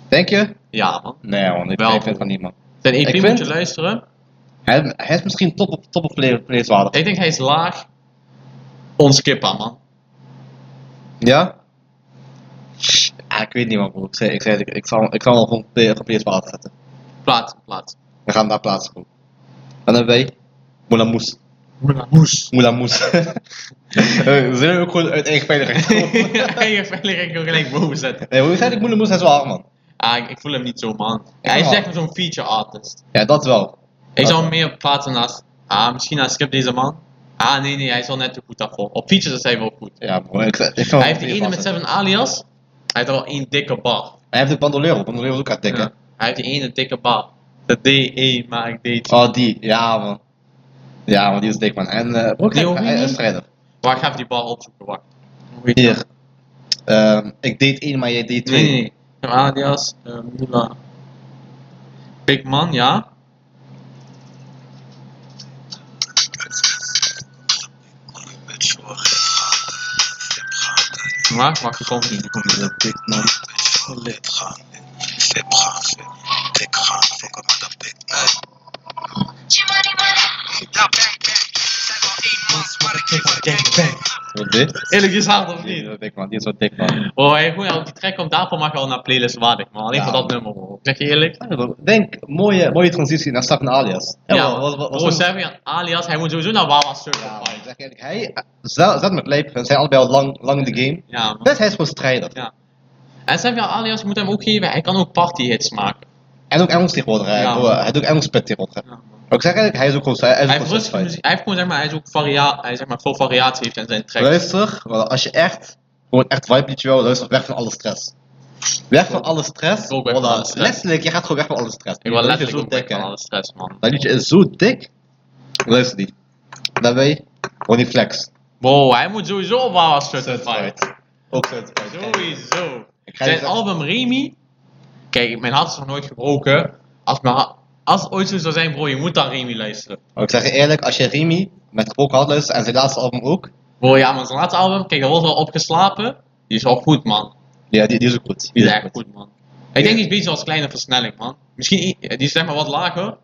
Denk je?
Ja, man.
Nee man, ik
Wel,
ik vind
bro.
het van niet man.
Zijn
Ik
EP moet
vind-
je luisteren.
Hij, hij is misschien top op, top op deze waardig.
Ik denk hij is laag. Onskipbaar, man.
Ja? Ah, ik weet niet man bro. Ik zei, ik, zei, ik, ik zal, ik zal hem gewoon op- op PS water zetten.
Plaats, plaats.
We gaan hem daar plaatsen bro. En dan wij Moelamoes.
Moes.
<laughs> Moelamoes. Eh, We zijn ook gewoon uit eigen veiligheid <laughs> gekomen.
Hij heeft eigenlijk gewoon gelijk boven zetten.
Nee, hoe zei ik Moelamoes? Hij is wel hard man.
Ah, ik, ik voel hem niet zo, man.
Ik
Hij is
wel.
echt zo'n feature artist.
Ja, dat wel.
Ik
Dat
zou hem
wel.
meer plaatsen naast... Ah, misschien naast Skip deze man. Ah, nee, nee, hij is wel net te goed daarvoor. Op features is hij wel goed.
Ja bro, ik, ik zal
Hij
hem
heeft die
op PS
ene
water
met
zetten.
7 alias. Hij heeft al één dikke bar.
Hij heeft de bandolero. Bandolero is ook echt dik hè.
Ja. Hij heeft die ene dikke bal. De DE maakt D. E,
Oh die, ja man. Ja man, die is dik man. En eh bro, ik
Die
zeg,
hoor je
hij hij is
niet?
strijder.
Waar ga ik die bal opzoeken? Wacht. Hoe heet
Hier.
dat?
ehm, ik deed één, maar jij deed twee.
Nee, nee. Adias, eh Mula. Big Man, ja. Maar, wacht, ik kom niet. Ik kom niet.
Dat ik, man. Wat dit?
Eerlijk is hard of
Nee,
niet?
dat ik, man. Die is wat dik, man.
Oh, hey, goed, ja, die track komt daarvoor mag wel naar playlist waardig, maar alleen
Ja.
voor dat nummer. hoor. Ik zeg je eerlijk.
Ah, Denk, mooie, mooie transitie naar Stefan Alias.
Ja, Oh,
wat, wat, wat,
Bro Seven, alias, hij moet sowieso naar Wawa
ja,
Certified.
ik zeg eerlijk, hij, eh, Zat zat met Leip, we zijn allebei al lang, lang in de game.
Ja, man.
Dus hij is gewoon strijder.
Ja. En Seven alias, je moet hem ook geven, hij kan ook partyhits maken.
En ook Engels tegenwoordig, hij,
Ja.
broer, hij doet ook Engels pet tegenwoordig.
Ja, man.
Maar ik zeg eigenlijk, hij is ook gewoon hij is
Hij
ook
heeft
gewoon
rustige
satisfied.
muziek. Hij heeft gewoon zeg maar, hij is ook varia hij, zeg maar, veel variatie heeft in zijn tracks.
Luister, want als je echt, gewoon echt vibe liedje wil, luister weg van alle stress. Weg van alle stress.
Ik wil ook weg van
voilà.
alle stress.
Letterlijk, je gaat gewoon weg van alle stress.
Ik wil
Dat liedje is
letterlijk ook weg
zo dik, hè.
van alle stress, man.
Dat liedje is zo dik. Luister die. Daarbij, gewoon die flex.
Wow, hij moet sowieso op Wawa Certified.
Ook satisfied. Kijk,
Sowieso.
Ik ga
Zijn
je zeggen-
album Remy. Kijk, mijn hart is nog nooit gebroken. Als, mijn ha- als het ooit zo zou zijn, bro, je moet naar Remy luisteren.
Maar ik zeg je eerlijk, als je Remy met gebroken hart luistert en zijn laatste album ook,
Bro, ja, maar zijn laatste album, kijk, hij wordt wel opgeslapen. Die is wel goed, man.
ja, die, die is ook goed.
Die is
ook
echt goed, man. Ik denk die is bezig als kleine versnelling, man. Misschien, i- die is zeg maar wat lager.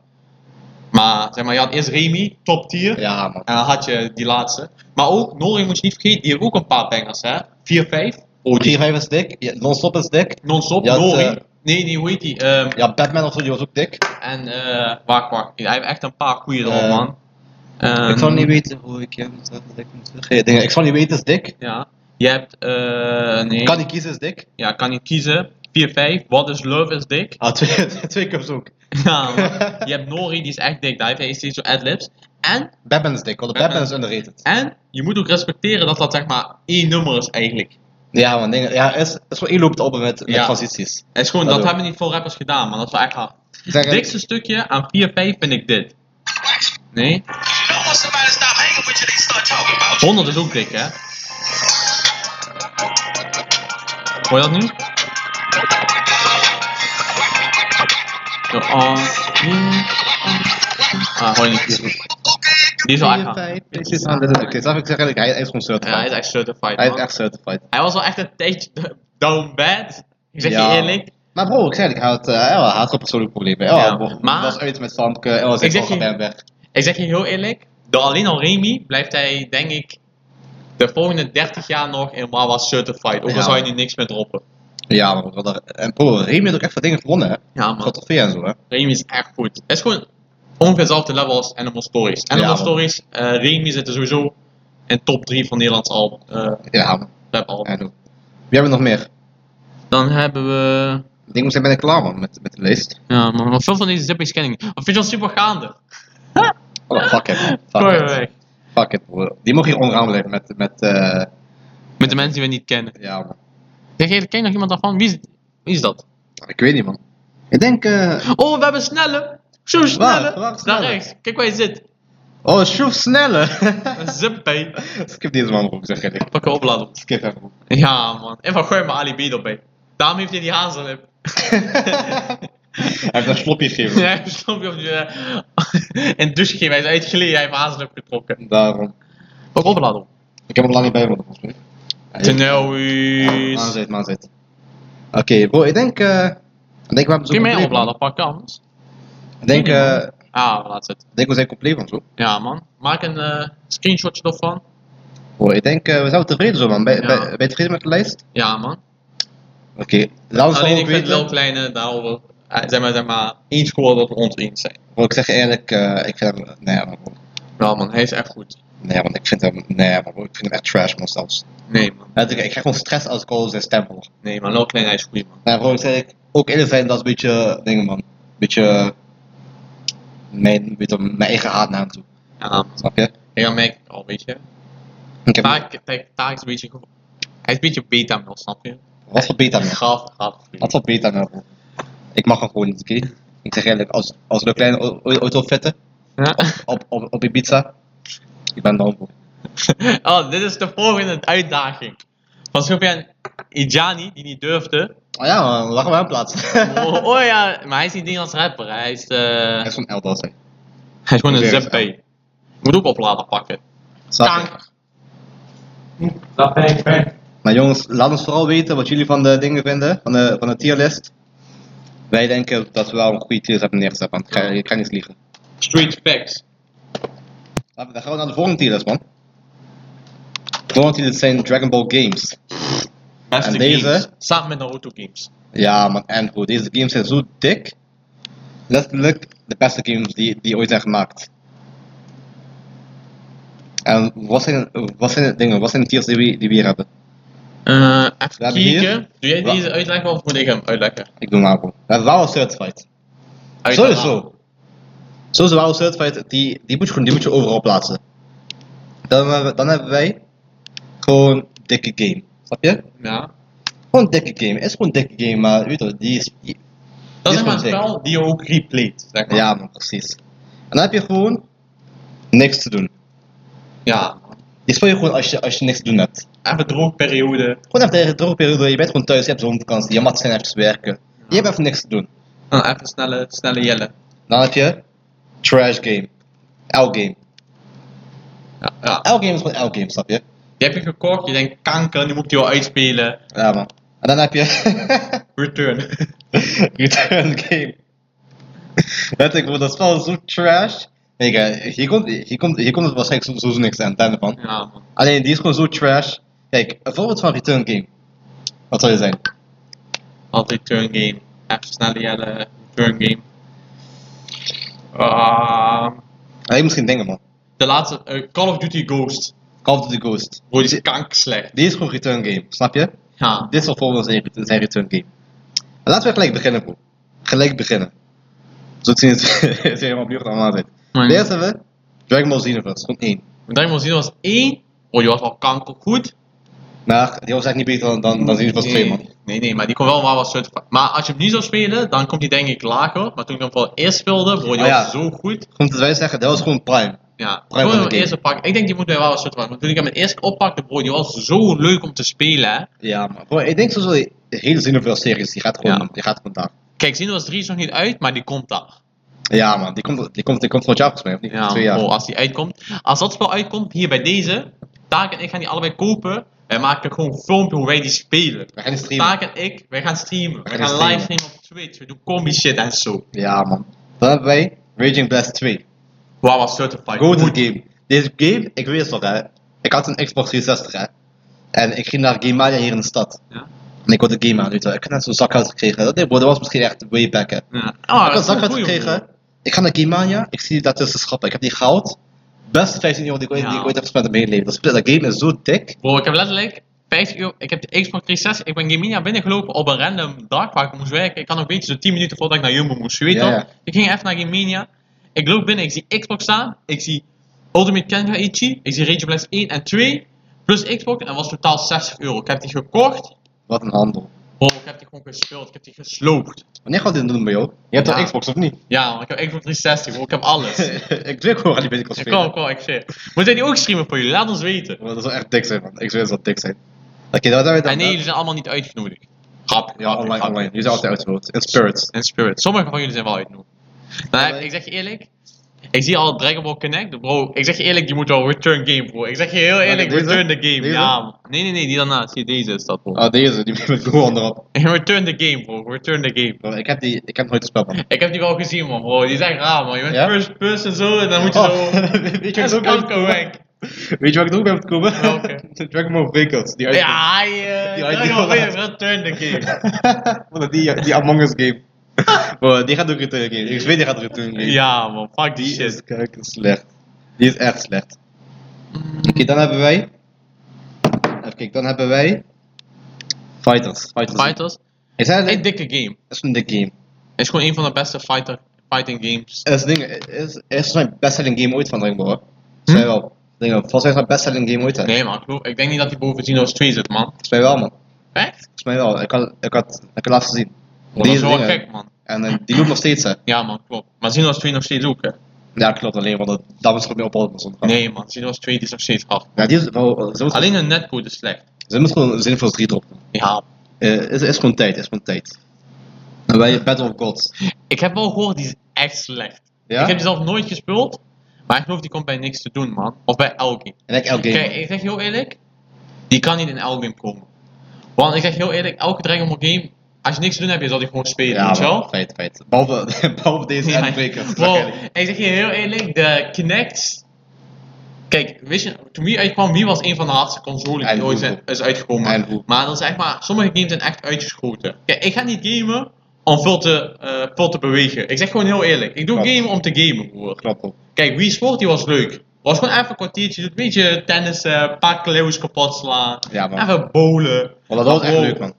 Maar, zeg maar, je had eerst Remy, top tier.
Ja, man.
En dan had je die laatste. Maar ook, Nori moet je niet vergeten, die heeft ook een paar bangers, hè. 4-5. Oh, die
3-5 is dik, ja, Non-Stop is dik.
non-stop,
Je had,
Nori.
eh,
Nee, nee, hoe heet die? Ehm,
Ja, Batman of zo, die was ook dik.
En eh, wacht, wacht. Hij heeft echt een paar goede erop,
Eh,
man. Ehm,
Ik zou niet weten hoe ik hem zou dik moet zeggen. Ja, dingen. Ik zou niet weten is dik.
Ja. Je hebt, eh nee.
Kan ik kiezen is dik.
Ja, kan je kiezen. 4-5. What is love is dik.
Ah, twee, <laughs> twee cups ook.
<laughs> ja, man. Je hebt Nori, die is echt dik. Daar heeft hij steeds zo adlibs. En,
Batman is dik, want de
Batman.
Batman, is underrated.
en je moet ook respecteren dat dat zeg maar één nummer is eigenlijk.
Ja, man, dingen. Ja, is, is gewoon inloopt op met, met
Ja.
transities.
Het is gewoon,
Dat
dat
ook.
hebben niet veel rappers gedaan, man. Dat is wel echt hard.
Zeg,
Het dikste stukje aan 4-5 vind ik dit. Nee?
Honderd
100 is ook dik, hè? Hoor je dat nu? Zo, ah, mm, Ah, hoor je niet goed. Die is wel echt hard.
Precies, ah, dat is oké. Snap ik zeg eigenlijk, hij is gewoon
Ja, hij
certified.
is echt certified,
Hij is
man.
echt certified.
Hij was wel echt een tijdje <laughs> down bad. Ik zeg
Ja.
je eerlijk.
Maar bro, ik zeg eigenlijk, hij had, eh, hij had gewoon persoonlijke problemen. Ja,
Ja,
bro,
maar-
was uit met Famke, en was
Ik
ik
zeg
van
je-
Berberg.
Ik zeg je heel eerlijk. Door alleen al Remy blijft hij, denk ik, de volgende 30 jaar nog in Wawa certified. Ook al
Ja.
zou je nu niks meer droppen.
Ja, man. wat er- En bro, Remy heeft ook echt wat dingen gewonnen, hè.
Ja,
Wat trofee en zo, hè.
Remy is echt goed. Het is gewoon ongeveer hetzelfde level als Animal Stories. Animal
man.
Stories, eh Remy zit er sowieso in top 3 van Nederlands album. eh,
Ja, man.
rapalbum.
Ja, doe. Wie hebben we nog meer?
Dan hebben we...
Ik denk, we zijn bijna klaar, man, met, met de lijst.
Ja man, maar veel van deze zippings ken ik niet. Maar vind je dat super gaande?
Oh, fuck it,
<laughs>
man. Fuck
Gooi
it.
je weg.
Fuck it, bro. Die mocht hier onderaan blijven met, met eh,
Met de mensen die we niet kennen.
ja, man.
Zeg je, ken je nog iemand daarvan? Wie is, wie is dat?
Ik weet niet, man. Ik denk, eh,
Oh, we hebben Snelle! Zo Snelle!
waar
Daar
Snelle?
rechts, kijk waar je zit.
oh, Sjoef Snelle. <laughs>
Een zippie.
Skip deze man, bro, ik zeg eerlijk.
Pak je opladen.
Skip hem,
<laughs>
bro.
Ja man, en van gooi je maar Ali B erbij. Daarom heeft hij die hazellip.
<laughs> Hij heeft een slopje gegeven.
<laughs> Ja, hij stond op je. <laughs> En de douche ging, hij is uitgeleden, hij heeft hazellip getrokken.
Daarom.
Pak opladen.
Ik heb hem lang niet bij me, volgens mij.
Tenuis.
Maanzit, maanzit. Oké, bro, ik denk, eh, ik denk, we hebben
Kun
zo
je mij
compleet, man.
opladen pakken anders?
Ik denk, eh, ik
Ah, laat zitten.
denk, we zijn compleet, man, zo.
Ja man, maak een eh, screenshotje ervan.
Bro, ik denk, eh, we zijn wel tevreden, zo, man. Ben
Ja.
ben- ben je tevreden met de lijst?
Ja man.
Oké, laat ons
Alleen
wel
ik vind het
weten.
wel kleine daarover. eh, Zeg maar, zeg maar, eens geworden dat we ons eens zijn.
Bro, ik zeg je eerlijk, eh, ik vind hem, nee, man, bro.
Ja man, hij is echt goed.
Nee, man, ik vind hem, nee, man, bro. Ik vind hem echt trash, man, zelfs.
Nee man,
Ja, Ik ik krijg gewoon stress als ik al zijn stem hoor.
nee man, wel klein, hij is goed man.
Maar gewoon zeg ik, ook eerlijk zijn, dat is een beetje, dingen man, een beetje eh, mijn, weet je, mijn eigen haat naar hem toe.
Ja man.
Snap je?
Ik merk merken al, weet je.
Ik heb
Taak, taak, taak is een beetje. ge- Hij is een beetje beta nog, snap je?
wat voor beta meer?
Gaaf, <laughs> gaaf.
Wat voor beta meer? bro? eh, Ik mag hem gewoon niet, oké? Ik zeg eerlijk, als, als de kleine o- ooit ooit wil vetten,
Ja.
op, op, op Ibiza, ik ben down voor.
Oh, dit is de volgende uitdaging. Van Sufjan Ijani, die niet durfde.
Oh ja, man, lachen we aan plaats. <laughs>
Oh, oh ja, maar hij is niet Nederlands rapper. Hij is, eh,
Dat is van Eldas, hè.
hij is gewoon een
Probeer
ZP. Moet ook oplader pakken.
Snap je?
Kanker.
Dat ben ik ben.
Maar jongens, laat ons vooral weten wat jullie van de dingen vinden, van de, van de tierlist. Wij denken dat we wel een goede tierlist hebben neergezet, man. Ik ga, ik ga niet liegen.
Street facts.
Laten we- Dan gaan we naar de volgende tierlist, man. De volgende tierlist zijn Dragon Ball Games.
Beste
En deze?
games. Samen met Naruto games.
Ja, man, en bro, deze games zijn zo dik. Letterlijk de beste games die, die ooit zijn gemaakt. En wat zijn, wat zijn de dingen, wat zijn de tiers die we, die we hier hebben?
Eh,
We
even
hebben hier-
kijken. Doe jij
Wa-
deze uitleggen of moet ik hem uitleggen?
Ik doe maar, bro. We hebben wel een certified.
Uitleggen.
Sowieso. Sowieso wel een certified, die, die, moet je gewoon, die moet je overal plaatsen. Dan, hebben we- dan hebben wij gewoon dikke game. Snap je?
Ja.
Gewoon dikke game. Is gewoon dikke game, maar weet je, wel, die is, die-
Dat is
Dit
maar een
komt zeker.
spel die je ook replayt. Zeg maar.
Ja, man, precies. En dan heb je gewoon niks te doen.
ja.
Die speel je gewoon als je, als je niks te doen hebt.
Even droogperiode.
Gewoon even de droge periode, je bent gewoon thuis, je hebt zo'n vakantie, je mag zijn even werken. Je hebt even niks te doen.
Dan even snelle, snelle jellen.
Dan heb je trash game. Elk game.
Ja, ja.
Elk game is gewoon elk game, snap je?
Die heb je gekocht, je denkt kanker, nu moet ik die wel uitspelen.
Ja man. En dan heb je <laughs>
Return. <laughs>
return game. Let ik, bro, dat spel is zo trash. Nee, kijk, eh, hier komt, hier komt, hier komt het waarschijnlijk sowieso niks aan het einde van.
ja, man.
Alleen, die is gewoon zo trash. Kijk, een voorbeeld van return game. Wat zou je zijn?
Altijd turn game. Even snelle jellen, turn game. Ehm,
Alleen misschien dingen man.
de laatste, eh, Call of Duty Ghost.
Call of Duty Ghost.
Bro, die is kanker slecht.
Die is gewoon return game, snap je?
Ja.
Dit zal volgens zijn, zijn return game. Maar laten we gelijk beginnen, bro. Gelijk beginnen. Zodat ze niet <laughs> ze helemaal opnieuw gaan aan zit.
Maar-
De eerste hebben we Dragon Ball Xenoverse, gewoon één.
Dragon Ball Z was één. Oh, die was wel kanker goed.
Maar die was eigenlijk niet beter dan, dan, dan Xenoverse 2, man.
Nee, nee, maar die kon wel wel wat soort. Maar als je hem nu zou spelen, dan komt die denk ik lager. Maar toen ik hem voor het eerst speelde, bro, die
Ah, ja.
was zo goed.
Gewoon te wij zeggen, dat was gewoon prime.
Ja,
Prime
gewoon
van
hem
de
eerst pakken. Ik denk die moet wel wel een soort van. Want toen ik hem het eerst oppakte, bro, die was zo leuk om te spelen. hè.
Ja, maar bro, ik denk sowieso de hele Xenoverse series, die gaat gewoon,
Ja.
die gaat gewoon daar.
Kijk, Xenoverse 3 is nog niet uit, maar die komt daar.
Ja, man, die komt, die komt, die komt volgend jaar volgens mij, of niet?
Ja,
Twee jaar.
bro, als die uitkomt. Als dat spel uitkomt, hier bij deze, Taak en ik gaan die allebei kopen. Wij maken gewoon een filmpje hoe wij die spelen.
We gaan die streamen.
Taak en ik, wij gaan streamen. Wij
gaan
gaan
streamen.
live streamen op Twitch. We doen combi shit en zo.
Ja, man. Dan hebben wij Raging Blast 2.
Waar was Certified?
Go to
Goed.
the game. Deze game, ik weet het nog hè. Ik had een Xbox 360 hè. En ik ging naar Gamania hier in de stad.
Ja.
En ik wilde game aan, weet je wel. Ik had net zo'n zakhout gekregen. Dat, nee, bro, dat was misschien echt way back hè.
Ja. Ah,
ik had
dat
een
is wel een
zakhout
goeie,
gekregen.
bro.
Ik ga naar Gamania. Ik zie dat tussen schappen. Ik heb die gehaald. Beste 15 euro die ik ooit,
Ja.
die ik ooit heb gespeeld in mijn hele leven. Dat, speel- dat game is zo dik.
Bro, ik heb letterlijk 50 euro. Ik heb de Xbox 360. Ik ben Gamina binnengelopen op een random dag waar ik moest werken. Ik kan nog weten, zo 10 minuten voordat ik naar Jumbo moest. Je weet
Ja,
toch?
ja.
Ik ging even naar Gamina. Ik loop binnen, ik zie Xbox staan. Ik zie Ultimate Kenga Ichi. Ik zie Rage Blast 1 en 2. Plus Xbox. En dat was totaal 60 euro. Ik heb die gekocht.
Wat een handel.
Bro, ik heb die gewoon gespeeld. Ik heb die gesloopt.
Wanneer gaat dit doen bij jou? Je hebt
Ja.
een Xbox of niet?
Ja, want ik heb Xbox 360. Bro, ik heb alles.
<laughs> ik druk gewoon aan die binnenkant spelen.
kom, kom, ik zeg. Moet jij die ook streamen voor jullie? Laat ons weten.
Bro, dat zou echt dik zijn man. Ik zweer dat zou dik zijn. Oké, dat hebben we dan.
En nee, jullie zijn allemaal niet uitgenodigd. Grap.
Ja, online, online. Jullie zijn altijd uitgevoerd. In spirits.
En Spirit. Sommige van jullie zijn wel uitgenodigd. Maar
nee.
ik zeg je eerlijk, ik zie al Dragon Ball Connect, bro. Ik zeg je eerlijk, die moet wel return game, bro. Ik zeg je heel eerlijk,
deze?
return the game.
Deze?
Ja. man. Nee, nee, nee, die daarnaast. Zie, deze is dat, bro.
Ah, deze, die <laughs> met Gohan erop.
<laughs> Return the game, bro. Return the game.
Bro, ik heb die, ik heb nooit gespeeld, man.
Ik heb die wel gezien, man, bro. Die is echt raar, man. Je bent
Ja?
first person zo en dan moet je
<laughs>
zo...
Oh, weet, je
Dat is
wat ik ook
kanker,
bij
wank.
weet je wat ik ook bij moet komen? <laughs>
Welke?
Dragon Ball Breakouts, die uit.
Ah, Ja, eh, je...
Die
Dragon Ball
idioot.
return the
<laughs>
game.
Bro, die, die Among Us game. <laughs> Bro, die gaat ook return game. Ik weet die gaat return game.
Ja, man. Fuck die
die
shit.
is kijk, slecht. Die is echt slecht. Oké, dan hebben wij... Even kijken, dan hebben wij... Fighters. Fighters.
Fighters.
Ik zei het,
Een
dat
dikke game.
is een dik game.
Is gewoon een van de beste fighter, fighting games.
Dat is ding, eh, is, is mijn bestselling game ooit van Dragon Ball, hoor. Zijn
Hm?
wel. Dingen, volgens mij is mijn bestselling game ooit, hè.
Nee, man. ik geloof- Ik denk niet dat die boven Xeno's 2 zit, man.
Volgens mij wel, man.
Echt?
Volgens mij wel. Ik had, ik had, ik had laatst gezien.
Oh, dat is wel
dingen.
gek, man.
En eh, die loopt nog steeds, hè.
Ja, man, klopt. Maar Xenos 2 nog steeds
Oh.
ook, hè?
Ja, klopt. Alleen, want dat dames goed mee ophouden. maar soms-
Nee, man, Xenos 2 is nog steeds hard.
Ja, die is wel... eh, zo
Alleen hun netcode is slecht.
Ze moeten gewoon zinvol drie droppen.
Ja.
Eh, Het is, is gewoon tijd, is gewoon tijd. En bij Battle of Gods.
Ik heb wel gehoord, die is echt slecht.
Ja?
Ik heb dus- die zelf nooit gespeeld, maar ik geloof die komt bij niks te doen, man. Of bij Elgin.
En ik elke
Kijk,
game.
ik zeg heel eerlijk, die kan niet in Elgin komen. Want ik zeg heel eerlijk, elke Dragon Ball game, als je niks te doen hebt, je zal die gewoon spelen, weet je
wel.
wel?
feit, feit. Behalve, <laughs> behalve deze
Ja.
uitbreker.
Wow. En ik zeg je heel eerlijk, de Kinect. Kijk, wist je, toen Wii uitkwam, Wii was een van de hardste consoles
En
die ooit
Google.
zijn, is uitgekomen.
En Google.
maar dat is echt maar, sommige games zijn echt uitgeschoten. Kijk, ik ga niet gamen om veel te, eh, veel te bewegen. Ik zeg gewoon heel eerlijk, ik doe
Klopt.
gamen om te gamen, broer.
Klopt ook.
Kijk, Wii Sport die was leuk. Was gewoon even een kwartiertje, een beetje tennis, eh, een paar kleeuws kapot slaan.
Ja, man.
Even bowlen.
Want dat was echt
Wow.
leuk, man.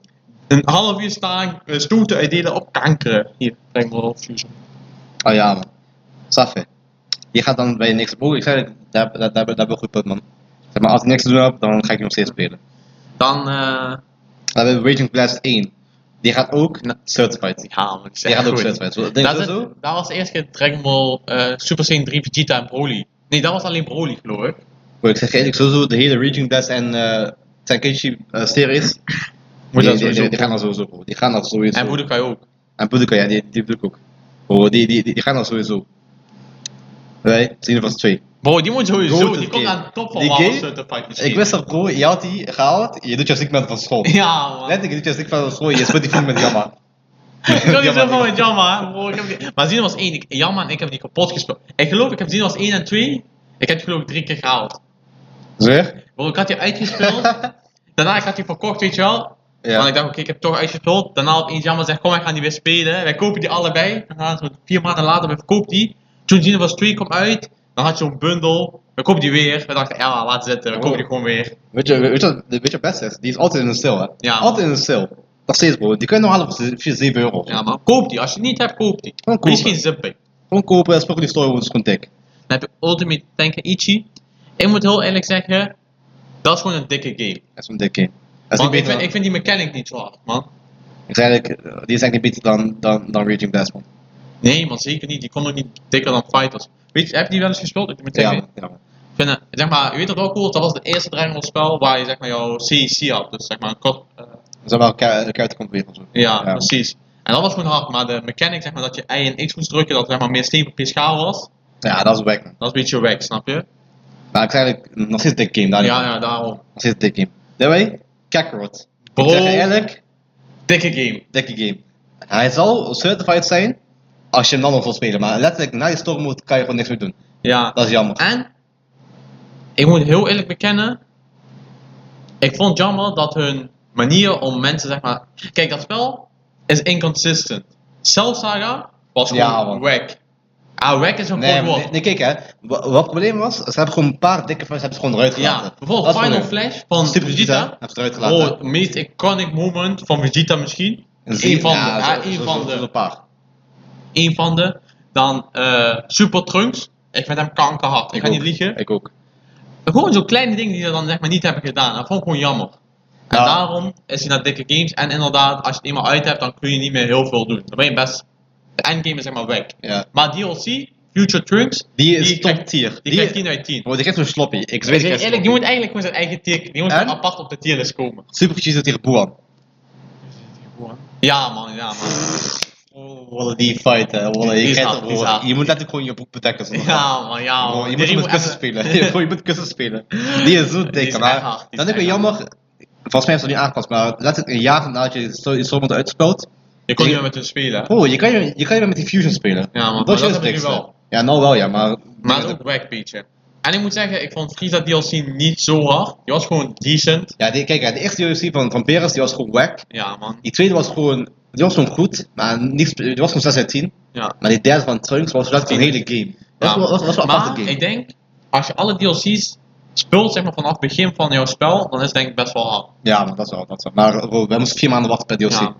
Een half uur staan, eh, stoten uitdelen op kankeren. Hier, breng maar op, Fusion.
Oh ja, man. Saffe. Je gaat dan bij niks boeken. Ik zei, daar, daar, daar, daar ben ik goed punt, man. Zeg maar, als ik niks te doen heb, dan ga ik die nog steeds spelen.
Dan, eh,
Dan hebben we Raging Blast 1. Die gaat ook
Nou.
certified.
Ja, maar ik zeg
Die gaat ook
goed.
certified. Zo, Denk
Dat,
je
is-
zo?
dat was de eerste keer Dragon Ball eh, Super Saiyan 3 Vegeta en Broly. Nee, dat was alleen Broly, geloof ik.
Bro, ik zeg eerlijk, sowieso de hele Raging Blast en eh Tenkaichi eh, series.
Moet dat
die, die,
sowieso.
die, die gaan er sowieso, bro. Die gaan er sowieso.
En Budokai ook.
En Budokai, ja, die, die bedoel ik ook. Bro, die, die, die, die gaan er sowieso. Wij, zien er vast twee.
Bro, die moet sowieso,
Goed,
die
oké.
komt aan de top van
Die
Marvel
game-
Certified Machine.
Ik wist dat, bro, je had die gehaald. Je doet je ziek met van school.
Ja, man.
Net ik doet je ziek van school. Je speelt die film met Jamma.
Ik kan niet zo van met Jamma, hè. Bro, ik heb die- Maar Zino was 1, ik, Jamma en ik heb die kapot gespeeld. Ik geloof, ik heb Zino was 1 en 2, ik heb die geloof ik drie keer gehaald.
Zeg?
Bro, ik had die
<laughs>
uitgespeeld, daarna ik had die verkocht, weet je wel.
Ja.
Want ik dacht, oké, ik heb toch uitgespeeld. Daarna op eens jammer zegt, kom, wij gaan die weer spelen. Wij kopen die allebei. Daarna, zo vier maanden later, we verkopen die. Toen zien we was 2 komt uit. Dan had je zo'n bundel. We kopen die weer. We dachten, ja, laat zitten. We
Oh.
kopen die gewoon weer.
Weet je, weet je, wat- weet je wat best is? Die is altijd in de sale, hè?
Ja.
Altijd in de sale. Nog steeds, bro. Die kun je nog halen voor 7 euro.
Ja, maar koop die. Als je het niet hebt, koop die.
Gewoon
Er is
kopen.
geen zip bij.
Gewoon kopen, spoken die story, wordt gewoon dik.
Dan heb je Ultimate Tenkaichi. Ik moet heel eerlijk zeggen, dat is gewoon een dikke game.
Dat is een dik game. Dat is
Want ik
niet beter
vind,
dan-
ik vind die mechanic niet zo hard, man.
ik zei eigenlijk, eh, die is eigenlijk niet beter dan, dan, dan Raging Blast, man.
Nee, man, zeker niet. Die komt ook niet dikker dan Fighters. Weet je, heb je die wel eens gespeeld? Ultimate Tenkaichi?
man. ja, man.
vinden. Zeg maar, je weet dat wel cool, dat was het eerste Dragon Ball spel waar je zeg maar jouw CEC had. Dus zeg maar een kot, eh,
Dat is wel elkaar te compleet of zo.
ja,
man.
precies. En dat was gewoon hard, maar de mechanic zeg maar dat je I en X moest drukken, dat zeg maar meer stevig op je schaal was,
Ja, dat is wack, man.
dat is een beetje weg, snap je?
Maar ik zei eigenlijk, nog steeds dik game.
Ja,
Daar niet.
ja, daarom.
Nog steeds dik game. Daarbij, Kakarot.
Bro.
Ik zeg je eerlijk,
Dikke game.
dikke game. Hij zal certified zijn als je hem dan nog wil spelen. Maar letterlijk, na je storm mode kan je gewoon niks meer doen.
Ja.
Dat is jammer.
En, ik moet heel eerlijk bekennen, ik vond jammer dat hun manier om mensen zeg maar... Kijk, dat spel is inconsistent. Cell Saga was
Ja,
gewoon
man.
wack. Ah, wack is een
Nee,
groot
maar
woord.
nee, nee, kijk hè. Wa- Wat het probleem was, ze hebben gewoon een paar dikke fans hebben ze gewoon eruit gelaten.
Ja, bijvoorbeeld
Dat is
Final
het probleem.
Flash van
Super Vegeta
Vegeta.
hebben ze eruit gelaten.
Oh, het meest iconic moment van Vegeta misschien.
En zie-
Eén van de.
ja,
Ja,
zo-
één
zo-
van
zo- zo-
de.
Een paar.
Eén van de. Dan eh, Super Trunks. Ik vind hem kankerhard. Ik, ga
ook.
niet liegen.
Ik ook.
Gewoon zo'n kleine dingen die ze dan zeg maar niet hebben gedaan. Dat vond ik gewoon jammer. En
Ja.
daarom is hij naar dikke games. En inderdaad, als je het eenmaal uit hebt, dan kun je niet meer heel veel doen. Dan ben je best. De endgame is zeg maar weg.
Ja.
Maar DLC, Future Trunks,
Die is top
krijgt-
tier.
Die,
Die-
krijgt 10 uit 10.
Bro, die geeft zo'n sloppy. Ik
Ik
zweer
zeg
het
eerlijk, die moet eigenlijk gewoon zijn eigen tier. Die moet
En?
apart op de tierlist komen.
Super precies tegen Boean.
Ja man, ja man.
Wallen die fight hè. Wallen,
Die
je
is
krijgt
hard,
toch
die is
gewoon-
hard.
Je moet letterlijk gewoon je boek bedekken. zonder-
Ja man, ja
Bro,
man.
Oh, je
Die
moet hem met
moet
kussen
even- <laughs>
spelen. <laughs> Bro, je moet kussen spelen. Die is zo
Die
dik.
is echt hard,
Maar
die is
dan denk ik
echt
jammer. Volgens mij heeft ze dat niet aangepast. Maar letterlijk een jaar nadat je zo- zo iemand uitspelt.
Je kon niet meer met hun spelen. hè?
Oh, je kan je, je kan je weer met die Fusion spelen.
Ja, man, maar dat
is het
heb ik nu
dikste.
wel.
Ja, nou wel, ja, maar...
Maar dat is ook wack beetje. En ik moet zeggen, ik vond Frieza DLC niet zo hard. Die was gewoon decent.
Ja, die- kijk, hè, de eerste DLC van, van Peres, die was gewoon whack.
Ja man.
Die tweede was gewoon... Die was gewoon goed, maar niks, die was gewoon 6 uit 10.
Ja.
Maar die derde van Trunks was dat een
10.
hele game. Dat
ja.
was, was, was een
maar
aparte game.
ik denk, als je alle DLC's speelt zeg maar, vanaf het begin van jouw spel, dan is het denk ik best wel hard.
Ja, maar dat is wel, dat is wel. Maar bro, wij moesten vier maanden wachten per DLC.
Ja.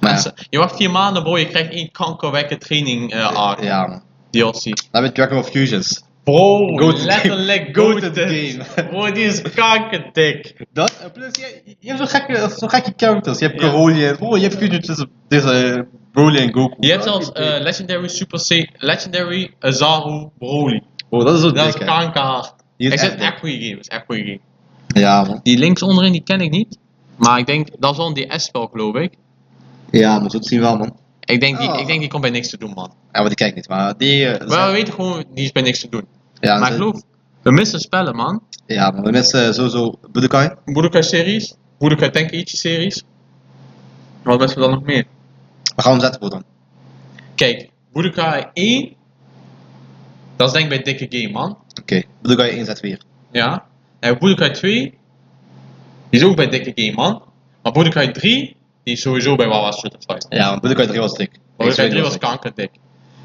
maar,
Mensen, Je wacht vier maanden bro, je krijgt één kankerwekke training eh arc.
ja, man.
DLC.
Dan heb je Dragon of Fusions.
Bro,
Goated
letterlijk
game.
goated.
Goated game.
Bro, die is kankerdik.
Dat, en plus, je, je hebt zo'n gekke, zo'n gekke characters. Je hebt
Ja.
Corollian, oh, je hebt Fusion tussen tussen Broly en Goku.
Je hebt zelfs eh, Legendary Super Saiyan, Legendary Azaru Broly.
Oh, dat is zo
Dat is
dik, hè.
kankerhard.
Die
Ik
is
zeg,
echt
het is
dik.
echt goede game, het is echt goede game.
Ja, man.
Die links onderin die ken ik niet. Maar ik denk, dat is wel een DS-spel, geloof ik.
Ja, moet het zien wel, man.
Ik denk, die,
Oh.
ik denk die komt bij niks te doen, man.
Ja, want ik kijk niet, maar die... eh,
Maar
zijn-
we weten gewoon, die is bij niks te doen.
ja,
maar ik
ze-
geloof, we missen spellen, man.
Ja, man. Met eh, sowieso Budokai.
Budokai-series, Budokai Tenkaichi-series. Wat missen we dan nog meer?
We gaan hem zetten, bro, dan.
Kijk, Budokai 1, dat is denk ik bij dikke game, man.
Oké. Budokai 1 zetten we hier.
Ja. En Budokai 2, die is ook bij dikke game, man. Maar Budokai 3, die is sowieso bij Wawa Shutterfly.
Ja, want Budokai 3 was dik.
Budokai 3 Oh, was kankerdik.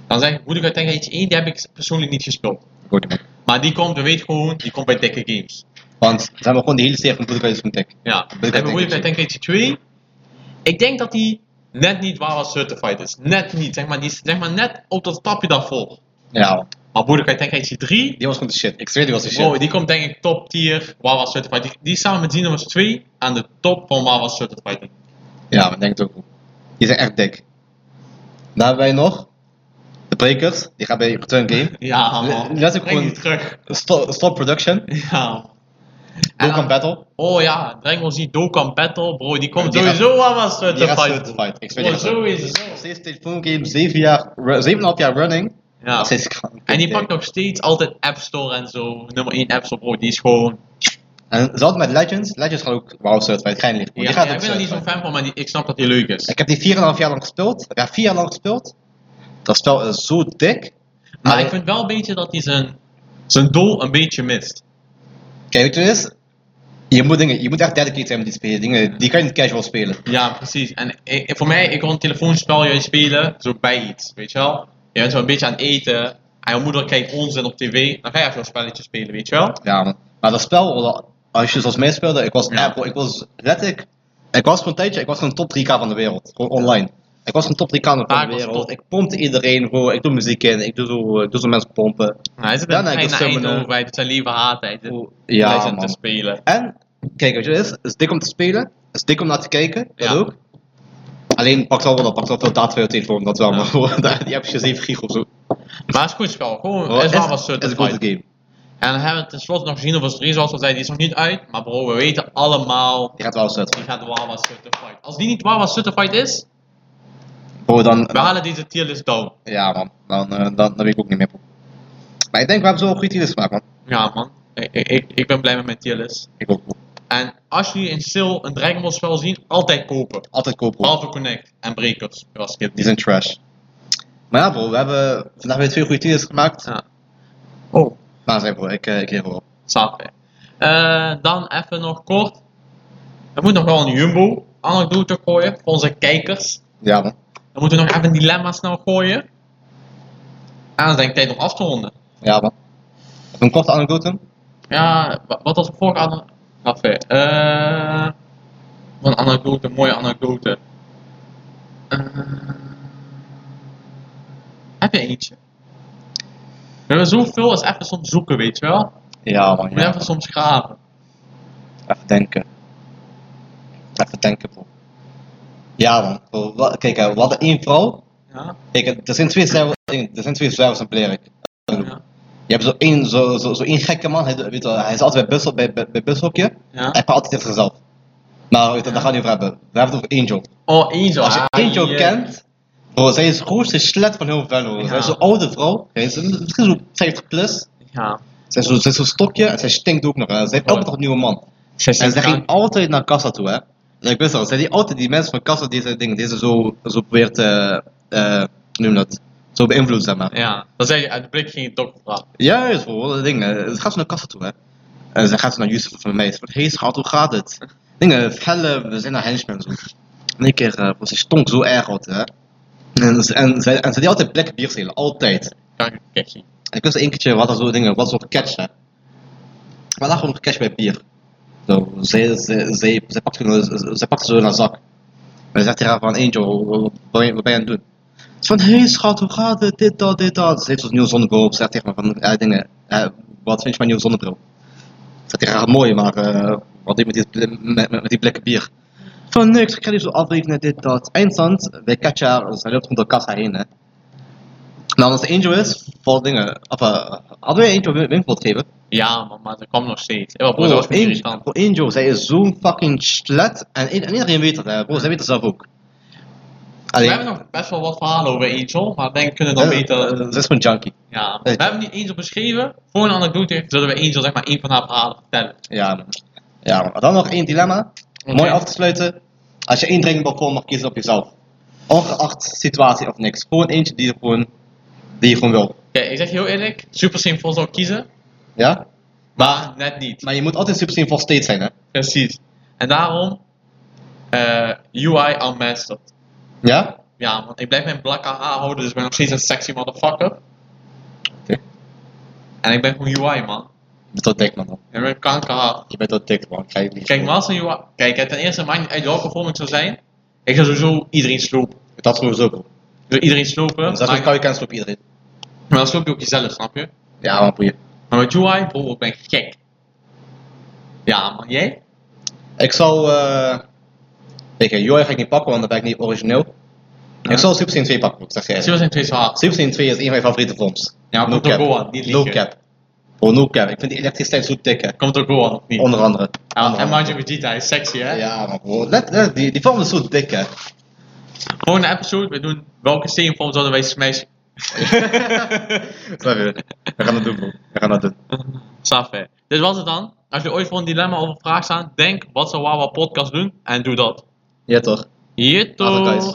Dan zeg ik Budokai Tenkaichi 1, die heb ik persoonlijk niet gespeeld.
Goed, man.
Maar die komt, we weten gewoon, die komt bij dikke games.
Want ze hebben gewoon de hele serie van Budokai is gewoon dik.
Ja,
Budokai
en bij
Tenkaichi.
Budokai Tenkaichi 2, ik denk dat die net niet Wawa Certified is. Net niet, zeg maar, die is zeg maar net op dat stapje daarvoor.
Ja, man.
Maar Budokai Tenkaichi 3,
Die was gewoon de shit. Ik zweer, die was de shit.
wow, die komt denk ik top tier Wawa Certified. Die, die is samen met Dynamos 2 aan de top van Wawa Certified.
Ja, maar ik denk het ook. Die zijn echt dik. Dan hebben wij nog de Breakers. Die gaat bij Return
<laughs>
Game.
Ja, man.
Dat is
Breng
ook gewoon-
die
<laughs>
terug.
Stop, stop Production.
Ja. En
Dokkan
dan-
Battle.
Oh ja, Dragon Ball Z Dokkan Battle, bro, die komt
Die gaat-
sowieso aan als
Die gaat
certified.
certified. Ik zweer,
Bro,
die gaat
sowieso.
Nog steeds telefoongame, 7 jaar, 7,5 jaar running.
Ja.
Nog steeds kan.
En die pakt nog steeds altijd App Store en zo, nummer 1 App Store, bro, die is gewoon...
En ze hadden met Legends. Legends gaat ook wow certified. Geen licht.
Ja,
die gaat
ja,
ook
ik ben er niet zo'n
certified.
fan van, maar die, ik snap dat die leuk is.
Ik heb die 4,5 jaar lang gespeeld. Ja, 4 jaar lang gespeeld. Dat spel is zo dik.
Maar
Ah,
ik vind wel een beetje dat hij zijn, zijn doel een beetje mist.
Kijk, weet je wat het is? Je moet, dingen, je moet echt dedicated zijn met die spelen. Dingen, die kan je niet casual spelen.
Ja, precies. En ik- ik- voor mij, ik kon een telefoonspel juist spelen, zo bij iets, weet je wel? Je bent zo een beetje aan het eten, en je moeder kijkt onzin op tv, dan ga je even een spelletje spelen, weet je wel?
Ja, man. Maar dat spel, als je zoals mij speelde, ik was,
Ja.
eh, bro, ik was letterlijk, ik was gewoon een tijdje, ik was gewoon top 3k van de wereld. Gewoon online. Ik was gewoon top 3k van
Ah, ik
de
was top.
wereld. Ik pompte iedereen, bro. Ik doe muziek in, ik doe zo, ik doe zo mensen pompen.
Nou, hij zit
Ja,
een
nee, ik
trein naar
was zo
Eindhoven,
benieuwd.
dus hij doet zijn lieve haat, hij zit hij
Ja,
zit te
man.
spelen.
En, kijk, weet je wat het is? Het is dik om te spelen, het is dik om naar te kijken, dat
Ja.
ook. Alleen pakt wel wel, pakt wel veel data van je telefoon, dat wel,
Ja.
maar bro, <laughs> daar- die heb je 7 gig of zo.
Maar het <laughs> is een goed spel, gewoon,
Bro,
het is wel wat
het is een
certified.
good game.
En dan hebben we tenslotte nog gezien of het zoals we zeiden, die is nog niet uit. Maar bro, we weten allemaal,
Die gaat wel zetten.
die gaat Wawa Certified. Als die niet Wawa Certified is,
Bro, Oh, dan,
we halen deze tierlist down.
ja man, dan, eh, dan, dan weet ik ook niet meer. bro. Maar ik denk, we hebben zo een goede tieners gemaakt, man.
Ja man, ik, ik- ik, ik ben blij met mijn tierlist.
Ik ook. bro.
En als jullie in sale een Dragon Ball spel zien, altijd kopen.
Altijd kopen. bro.
Behalve Connect en Breakers, zoals ik
Die
het
zijn trash. Maar ja, bro, we hebben vandaag weer twee goede tieners gemaakt.
Ja. Oh.
Maar zeg bro, ik, eh, ik lever op.
Snap je. Eh, dan even nog kort. Er moet nog wel een Jumbo anekdote gooien voor onze kijkers.
Ja, man.
Dan moeten we nog even een dilemma snel gooien. En dan denk ik tijd om af te ronden.
Ja, man. Heb je een korte anekdote?
Ja, wa- wat was de vorige anekdote? Eh wat een anekdote, mooie anekdote. Eh, heb je eentje? We hebben zoveel als even soms zoeken, weet je wel?
Ja, man.
We moeten even soms graven.
Even denken. Even denken, bro. Ja, man. Bro, wa- kijk, eh, we hadden één vrouw.
Ja?
Kijk, eh, er zijn twee zwervers, er zijn twee zwervers in Blerik.
Ja?
Je hebt zo één, zo, zo, zo één gekke man, hij, weet wel, hij is altijd bij, bus, bij, bij, bij bushokje.
ja?
Hij praat altijd tegen zichzelf. Maar weet je, daar gaan we niet over hebben. We hebben het over Angel.
Oh, Angel.
Als je
Ah,
Angel
yeah.
kent, bro, zij is de grootste slet van heel Venlo.
Ja.
Zij is een oude vrouw, zij is misschien zo'n 50 plus.
Ja.
Zij is zo- zij is zo'n stokje en zij stinkt ook nog. Hè. Zij heeft elke dag een nieuwe man. En zij ging altijd naar kassa toe, hè. En ik wist al, zij die altijd die mensen van kassa die ze dingen, die ze zo, zo probeert, eh eh, hoe noem je dat, zo beïnvloed, zeg maar.
Ja, dan zei je uit de blik ging je toch vragen.
Juist, bro, dat ding. eh, Ze gaat zo naar kassa toe, hè. En ze gaat zo naar Yusuf van mij. Ze van, hey schat, hoe gaat het? Dingen, felle, we zijn naar henchmen, zo. En een keer, eh, bro, ze stonk zo erg uit, hè. En ze, en, ze, en ze die altijd black bier stelen, altijd.
Kan ik een kekje?
En ik wist één keertje, wat dat zo dingen, wat zo gecatcht, hè. We lagen gewoon gecatcht bij bier. Zo, zij, zij, zij, zij pakt gewoon- ze- ze pakt zo in haar zak. En ze zegt tegen haar van, Angel, wat- wat ben je wat ben je aan het doen? Ze van, hé hey, schat, hoe gaat het? Dit, dat, dit, dat. Ze heeft zo'n nieuwe zonnebril op. Ze zegt tegen me van, eh, dingen, eh, wat vind je van nieuwe zonnebril? Ik zeg tegen haar, mooi, maar eh, wat doe je met die, met, met, met die blikken bier? Van, niks, ik ga niet zo afrekenen, dit, dat. Eindstand, bij Katja, zij loopt rond de kassa heen, hè. Nou, als Angel is, voor dingen. Of, eh, hadden wij Angel win- winkel geven?
Ja, maar, maar dat kwam nog steeds. Ja, maar broer,
Bro,
Oh, dat was
Angel-
mijn irritant.
bro, Angel, zij is zo'n fucking slut. En, i- en iedereen weet dat, hè. Bro, zij weet dat zelf ook.
We
Alleen,
hebben nog best wel wat verhalen over Angel, maar ik denk kunnen we dan
eh,
beter...
eh, Ze is gewoon junkie.
Ja, we
eh.
hebben niet Angel beschreven. Voor een anekdote zullen we Angel zeg maar één van haar verhalen vertellen.
Ja, man. ja man. Dan nog één dilemma.
Oké.
Mooi af te sluiten. Als je één drinkbal voor mag kiezen op jezelf. Ongeacht situatie of niks. Gewoon eentje die je gewoon, die je gewoon wil.
Kijk, ik zeg je heel eerlijk, super simpel zou ik kiezen,
Ja?
maar net niet.
Maar je moet altijd super simpel steeds zijn, hè?
Precies. En daarom, eh, UI unmastered.
Ja?
Ja, want ik blijf mijn blakke haar houden, dus ik ben nog steeds een sexy motherfucker.
Oké.
En ik ben gewoon UI, man.
Je bent wel dik, man.
Ik ben een kankerhaar.
Je bent wel dik, man. Ga je niet-
Kijk, maar als een UI... Kijk, ten eerste, maakt niet uit welke vorm ik zou zijn. Ik zou sowieso iedereen slopen.
Dat sowieso, bro.
Ik zou iedereen slopen,
Dus dat is
maar,
een koude kans op iedereen.
maar dan sloop je ook jezelf, snap je?
Ja, man, boeien.
Maar met UI, bro, ik ben gek. Ja, man. Jij?
Ik zal... eh Kijk, Joy ga ik niet pakken, want dan ben ik niet origineel.
Ja.
Ik zal Super Saiyan 2 pakken, moet ik zeg
Zullen
jij.
we zijn twee zwaar?
Super Saiyan 2 is een van mijn favoriete films.
Ja, komt door Gohan, niet
No
liegen.
cap. Bro, no cap. Ik vind die elektriciteit zo dik, hè.
Komt door Gohan, of niet?
Onder andere.
Ja,
Onder
en
andere.
Majin Vegeta hij is sexy, hè?
Ja, maar bro, let, let, die, die film is zo dik, hè.
Volgende episode, we doen welke steenvorm zouden wij smashen.
Snap je? We gaan dat doen, bro. We gaan dat doen.
Saf, hè. Dit was het dan. Als je ooit voor een dilemma of een vraag staat, denk wat zou Wawa podcast doen en doe dat.
Ja, toch?
Hier
Later, guys.
toch.